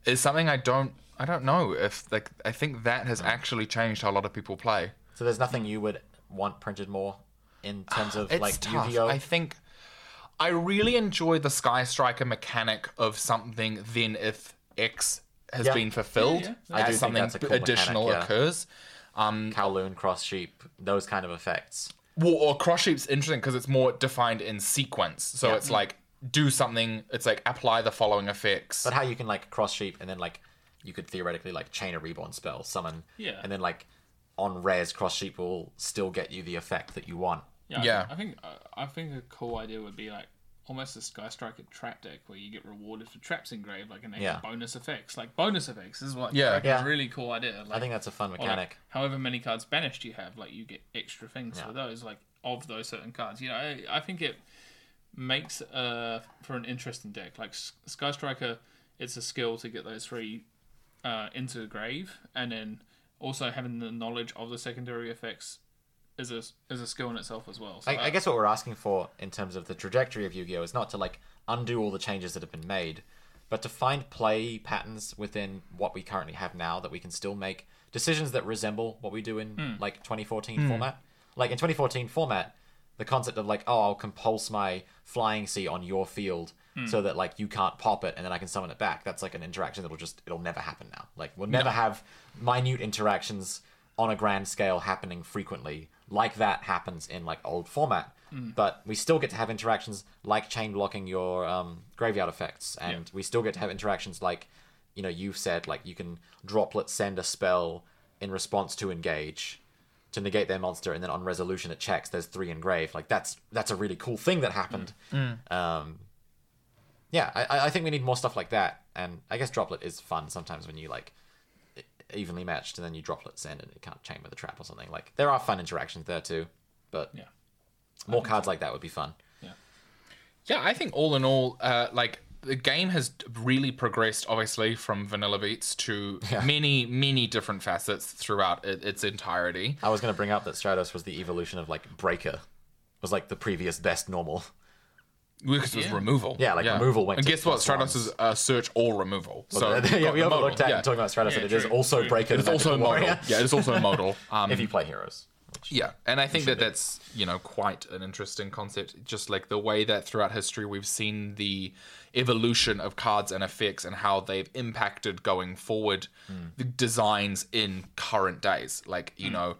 S2: is something I don't I don't know if like I think that has actually changed how a lot of people play.
S1: So there's nothing you would want printed more in terms of
S2: Ah, It's
S1: like
S2: tough.
S1: Yu-Gi-Oh.
S2: I think I really enjoy the Sky Striker mechanic of something. Then if X has
S1: Yeah.
S2: been fulfilled,
S3: Yeah,
S1: I do
S2: as
S1: think
S2: something
S1: that's a cool
S2: additional
S1: mechanic, yeah.
S2: occurs.
S1: Kowloon, cross sheep, those kind of effects.
S2: Well, or cross shape's interesting because it's more defined in sequence. So it's like do something. It's like apply the following effects.
S1: But how you can like cross sheep and then like you could theoretically like chain a reborn spell, summon,
S3: Yeah.
S1: and then like on rares cross sheep will still get you the effect that you want.
S3: Yeah,
S2: Yeah.
S3: I think uh, I think a cool idea would be like almost a Sky Striker trap deck where you get rewarded for traps engraved, like and they
S1: Yeah.
S3: have bonus effects. Like bonus effects is what
S2: Yeah.
S3: I reckon
S1: Yeah.
S3: a really cool idea. Like,
S1: I think that's a fun
S3: or, like,
S1: mechanic.
S3: however many cards banished you have, like you get extra things for those, like of those certain cards. You know, I, I think it makes uh for an interesting deck. Like S- Sky Striker, it's a skill to get those three uh, into the grave, and then also having the knowledge of the secondary effects is a is a skill in itself as well. So uh,
S1: I, I guess what we're asking for in terms of the trajectory of Yu-Gi-Oh is not to like undo all the changes that have been made, but to find play patterns within what we currently have now that we can still make decisions that resemble what we do in like 2014 format. Like in 2014 format, the concept of like, oh, I'll compulse my flying sea on your field so that like you can't pop it and then I can summon it back. That's like an interaction that'll just it'll never happen now. Like we'll never have minute interactions on a grand scale happening frequently like that happens in like old format. But we still get to have interactions like chain blocking your um, graveyard effects, and we still get to have interactions like, you know, you've said like you can droplet send a spell in response to engage to negate their monster, and then on resolution it checks there's three engraved. Like that's that's a really cool thing that happened. Um, yeah, I, I- I think we need more stuff like that, and I guess droplet is fun sometimes when you like evenly matched, and then you droplet send and it can't chain with a trap or something. Like there are fun interactions there too, but
S3: Yeah.
S1: more cards like that would be fun.
S2: Yeah, I think all in all, uh, like the game has really progressed, obviously, from Vanilla Beats to many, many different facets throughout it, its entirety.
S1: I was going to bring up that Stratos was the evolution of like Breaker, was like the previous best normal.
S2: Because it was
S3: Yeah.
S2: removal.
S1: Yeah, like removal went
S2: And
S1: to
S2: guess what?
S1: plus one.
S2: Stratos is uh, search or removal. So
S1: yeah, we
S2: modal,
S1: overlooked that
S2: Yeah.
S1: and talking about Stratos,
S3: Yeah,
S1: but it is
S3: true,
S1: also
S3: true.
S1: Breaker.
S2: it's
S1: the
S2: also
S1: Magic
S2: modal.
S1: Warrior,
S2: Yeah, it's also modal. Um,
S1: if you play heroes.
S2: Yeah, and I think that that's you know quite an interesting concept. Just like the way that throughout history we've seen the evolution of cards and effects and how they've impacted going forward
S1: Hmm.
S2: the designs in current days. Like you know,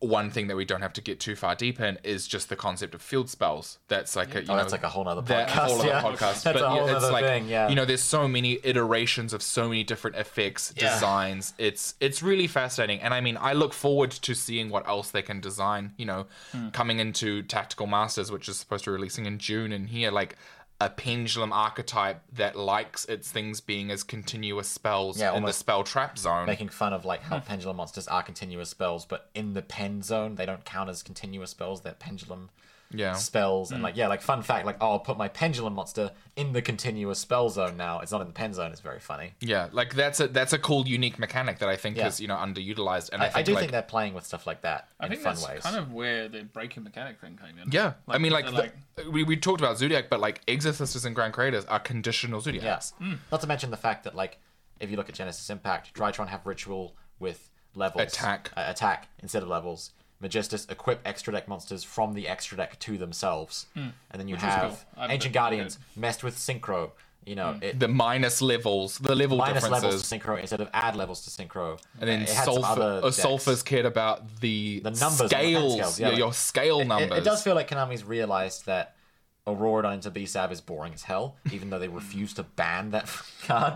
S2: one thing that we don't have to get too far deep in is just the concept of field spells. That's like a, you
S1: Oh,
S2: know,
S1: that's like a whole nother
S2: that
S1: podcast.
S2: Uh, whole other
S1: yeah.
S2: podcast.
S1: That's
S2: but
S1: a whole
S2: yeah,
S1: other
S2: it's like
S1: thing. Yeah.
S2: you know, there's so many iterations of so many different effects,
S3: Yeah.
S2: designs. It's it's really fascinating, and I mean, I look forward to seeing what else they can design. You know,
S1: Hmm.
S2: coming into Tactical Masters, which is supposed to be releasing in June, and here like a pendulum archetype that likes its things being as continuous spells
S1: Yeah,
S2: in the
S1: almost-
S2: spell trap zone.
S1: making fun of like how
S2: Hmm.
S1: pendulum monsters are continuous spells, but in the pen zone they don't count as continuous spells. They're pendulum
S2: yeah.
S1: spells, and like yeah, like fun fact, like oh, I'll put my pendulum monster in the continuous spell zone now. It's not in the pen zone. It's very funny.
S2: Yeah, like that's a that's a cool, unique mechanic that I think
S1: Yeah.
S2: is you know underutilized, and I,
S1: I, I
S2: think
S1: do
S2: like
S1: think they're playing with stuff like that
S3: I
S1: in
S3: think
S1: fun
S3: that's
S1: ways.
S3: kind of where the breaking mechanic thing came in.
S2: Yeah, I mean, like,
S3: they're
S2: the- we, we talked about Zodiac, but like Exorcisters and Grand Creators are conditional Zodiacs.
S1: Yes. Not to mention the fact that, like, if you look at Genesis Impact, Drytron have ritual with levels.
S2: Attack.
S1: Uh, attack instead of levels. Magistus equip extra deck monsters from the extra deck to themselves. And then you
S3: was
S1: have
S3: cool. I'm
S1: Ancient
S3: good- I'm
S1: Guardians messed with Synchro. You know, it,
S2: The minus levels, the level
S1: minus
S2: differences,
S1: levels to Synchro instead of add levels to Synchro.
S2: and then
S1: it had some other
S2: Sulphur, uh,
S1: decks.
S2: Sulphur's cared about the,
S1: numbers on the hand
S2: scales,
S1: scales, yeah,
S2: yeah,
S1: like-
S2: your scale
S1: It,
S2: numbers.
S1: it does feel like Konami's realized that Aurora into BSAB is boring as hell, even though they refuse to ban that card.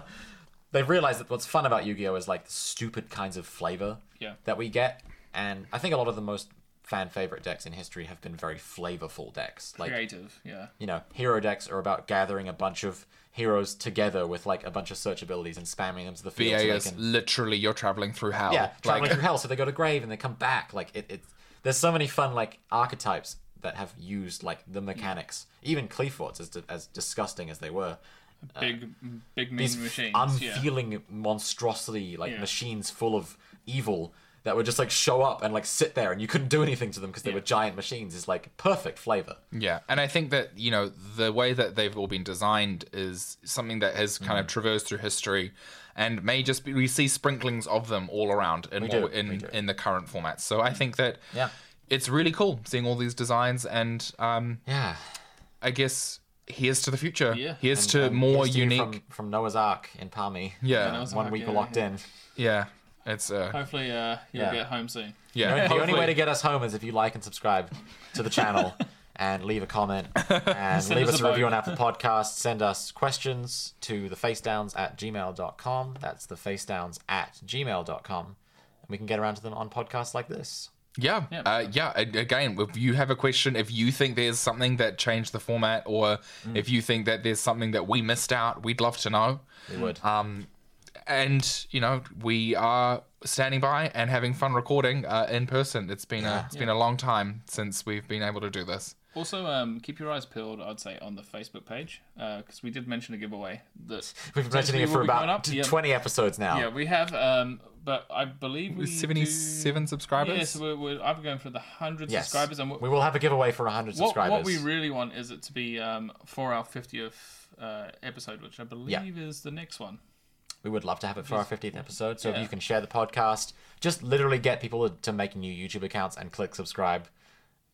S1: They've realized that what's fun about Yu-Gi-Oh is like the stupid kinds of flavor
S3: Yeah.
S1: that we get, and I think a lot of the most fan favorite decks in history have been very flavorful decks. Like
S3: creative. Yeah.
S1: you know, hero decks are about gathering a bunch of heroes together with like a bunch of search abilities and spamming them to the field. so
S2: VA
S1: they
S2: is
S1: can-
S2: literally you're traveling through hell.
S1: yeah, traveling
S2: like,
S1: through hell. So they go to grave and they come back. Like it, it there's so many fun like archetypes that have used like the
S3: Mm.
S1: mechanics. Even Cleaforts, as as disgusting as they were,
S3: Big, big
S1: these
S3: mean machines. yeah.
S1: unfeeling monstrosity, like
S3: Yeah.
S1: machines full of evil that would just like show up and like sit there and you couldn't do anything to them because they were giant machines. Is like perfect flavor.
S2: Yeah, and I think that you know the way that they've all been designed is something that has kind
S1: Mm.
S2: of traversed through history, and may just be we see sprinklings of them all around in
S1: do,
S2: more,
S1: we
S2: in
S1: do.
S2: in the current formats. So I think that
S1: Yeah.
S2: it's really cool seeing all these designs, and um,
S1: Yeah,
S2: I guess here's to the future.
S3: Yeah.
S2: here's to more
S1: um, Here's to you
S2: unique.
S1: from, from Noah's Ark in Palmy.
S2: Yeah.
S1: Uh,
S3: Noah's
S1: one
S3: Ark,
S1: week
S3: yeah,
S1: we're locked
S3: yeah.
S1: in.
S2: yeah, it's uh,
S3: Hopefully, uh, you'll
S1: Yeah.
S3: get home soon.
S1: The
S2: yeah.
S1: only- The only
S2: Hopefully-
S1: way to get us home is if you like and subscribe to the channel and leave a comment and leave
S3: us
S1: us
S3: a
S1: a review on
S3: vote.
S1: Apple Podcasts. Send us questions to thefacedowns at gmail.com. That's thefacedowns at gmail.com. And we can get around to them on podcasts like this.
S2: Yeah,
S3: Yeah.
S2: Uh, yeah. a- Again, if you have a question, if you think there's something that changed the format, or
S3: Mm.
S2: if you think that there's something that we missed out, we'd love to know.
S1: We would.
S3: Uh,
S2: Um, and you know, we are standing by and having fun recording uh, in person. It's been a it's been a long time since we've been able to do this.
S3: Also, um, keep your eyes peeled. I'd say on the Facebook page because we did mention a giveaway. That
S1: We've been mentioning it
S3: will
S1: for
S3: be
S1: about
S3: going up.
S1: t-
S3: Yeah.
S1: 20 episodes now.
S3: Yeah, we have. Um, but I believe we
S2: Seventy seven subscribers.
S3: Yes, we're, we're, I'm going for the hundred
S1: Yes.
S3: subscribers, and we,
S1: we will have a giveaway for 100
S3: what,
S1: subscribers.
S3: what we really want is it to be um, for our fiftieth uh, episode, which I believe is the next one.
S1: We would love to have it for our 15th episode. So if
S3: Yeah.
S1: you can share the podcast, just literally get people to make new YouTube accounts and click subscribe.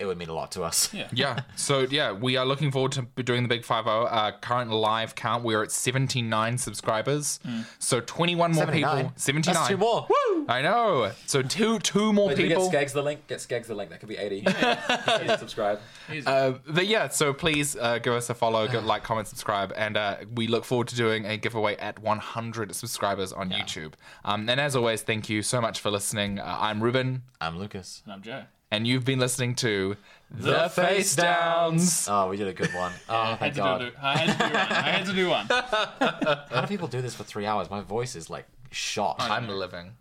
S1: It would mean a lot to us.
S3: Yeah.
S2: yeah. So yeah, we are looking forward to be doing the big five zero. Uh, current live count, we're at seventy nine subscribers.
S3: Mm.
S2: So twenty one more
S1: 79.
S2: people. Seventy nine.
S1: That's two more. Woo!
S2: I know. So two two more
S1: Did we
S2: people.
S1: Skeggs the link? Get Skeggs the link. That could be 80. subscribe.
S2: Uh, but yeah, so please uh, give us a follow, go, like, comment, subscribe, and uh, we look forward to doing a giveaway at 100 subscribers on YouTube. Um, and as always, thank you so much for listening. Uh, I'm Ruben,
S1: I'm Lucas.
S3: And I'm Joe.
S2: and you've been listening to The,
S1: Face
S2: Downs.
S1: Oh, we did a good one. Oh,
S3: I had,
S1: thank
S3: to do,
S1: God.
S3: it- I had to do one. I had to do one.
S1: How do people do this for three hours? My voice is like shot.
S2: I'm living.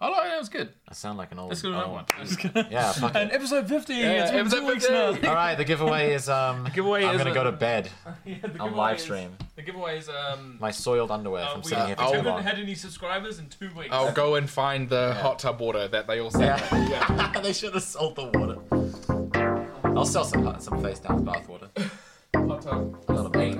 S3: I like that was good.
S1: I sound like an old.
S3: Let's go to another
S1: old-
S3: one. Let's go-
S1: Oh. Yeah, fuck it.
S3: And episode fifty.
S2: Yeah,
S3: it's been
S2: episode
S3: two weeks
S2: 50.
S3: now.
S1: All right, the giveaway is um.
S3: giveaway
S1: I'm
S3: is
S1: gonna
S3: a-
S1: go to bed.
S3: yeah, the
S1: On
S3: giveaway
S1: live
S3: is-
S1: stream.
S3: The giveaway is um.
S1: My soiled underwear
S3: uh,
S1: from
S3: we
S1: sitting here
S3: we
S1: for too
S2: haven't
S1: long.
S3: haven't had any subscribers in two weeks.
S2: I'll go and find the hot tub water that they all sell.
S1: Yeah. they should have sold the water. I'll sell some some face down bath water.
S2: Hot tub.
S1: Not a bad